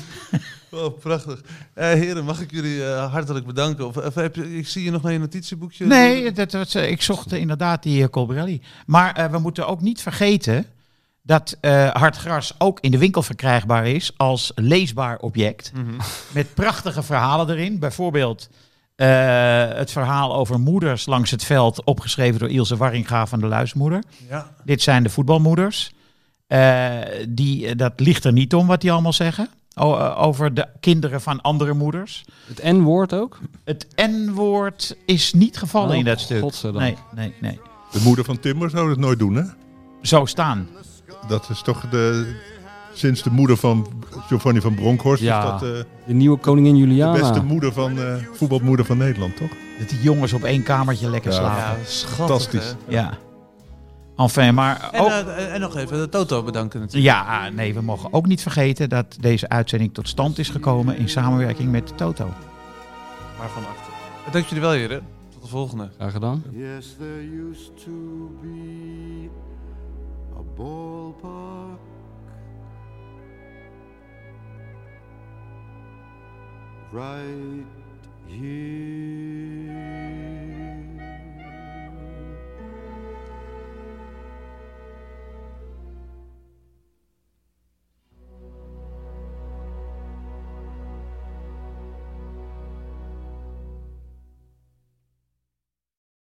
[SPEAKER 3] Oh, prachtig. Eh, heren, mag ik jullie eh, hartelijk bedanken? Of, of heb je, ik zie je nog naar je notitieboekje.
[SPEAKER 5] Nee, dat, was, eh, ik zocht eh, inderdaad die eh, Colbrelli. Maar eh, we moeten ook niet vergeten dat eh hard gras ook in de winkel verkrijgbaar is als leesbaar object.
[SPEAKER 3] Mhm.
[SPEAKER 5] Met prachtige verhalen erin. Bijvoorbeeld eh, het verhaal over moeders langs het veld, opgeschreven door Ilse Warringa van de Luismoeder.
[SPEAKER 3] Ja.
[SPEAKER 5] Dit zijn de voetbalmoeders. Eh, die, eh, dat ligt er niet om wat die allemaal zeggen. O- eh, over de kinderen van andere moeders.
[SPEAKER 6] Het N-woord ook?
[SPEAKER 5] Het N-woord is niet gevallen
[SPEAKER 6] Oh,
[SPEAKER 5] in dat stuk.
[SPEAKER 6] godzijdank.
[SPEAKER 5] Nee, nee, nee.
[SPEAKER 2] De moeder van Timmer zou dat nooit doen, hè?
[SPEAKER 5] Zo staan.
[SPEAKER 2] Dat is toch de... Sinds de moeder van Giovanni van Bronckhorst
[SPEAKER 6] Ja.
[SPEAKER 2] is dat eh,
[SPEAKER 6] De nieuwe koningin
[SPEAKER 2] de beste
[SPEAKER 6] Juliana.
[SPEAKER 2] moeder van, eh, voetbalmoeder van Nederland, toch?
[SPEAKER 5] Dat die jongens op één kamertje lekker
[SPEAKER 2] Ja.
[SPEAKER 5] slapen.
[SPEAKER 3] ja, schattig.
[SPEAKER 2] Fantastisch.
[SPEAKER 3] hè?
[SPEAKER 5] Ja. Enfin, maar...
[SPEAKER 3] En,
[SPEAKER 5] ook-
[SPEAKER 3] eh, en nog even de Toto bedanken natuurlijk.
[SPEAKER 5] ja, ah, nee, we mogen ook niet vergeten dat deze uitzending tot stand is gekomen in samenwerking met Toto.
[SPEAKER 3] Waarvan achter. Dank jullie wel, heren. Tot de volgende.
[SPEAKER 6] Graag gedaan.
[SPEAKER 4] Yes, there used to be a ballpark right here.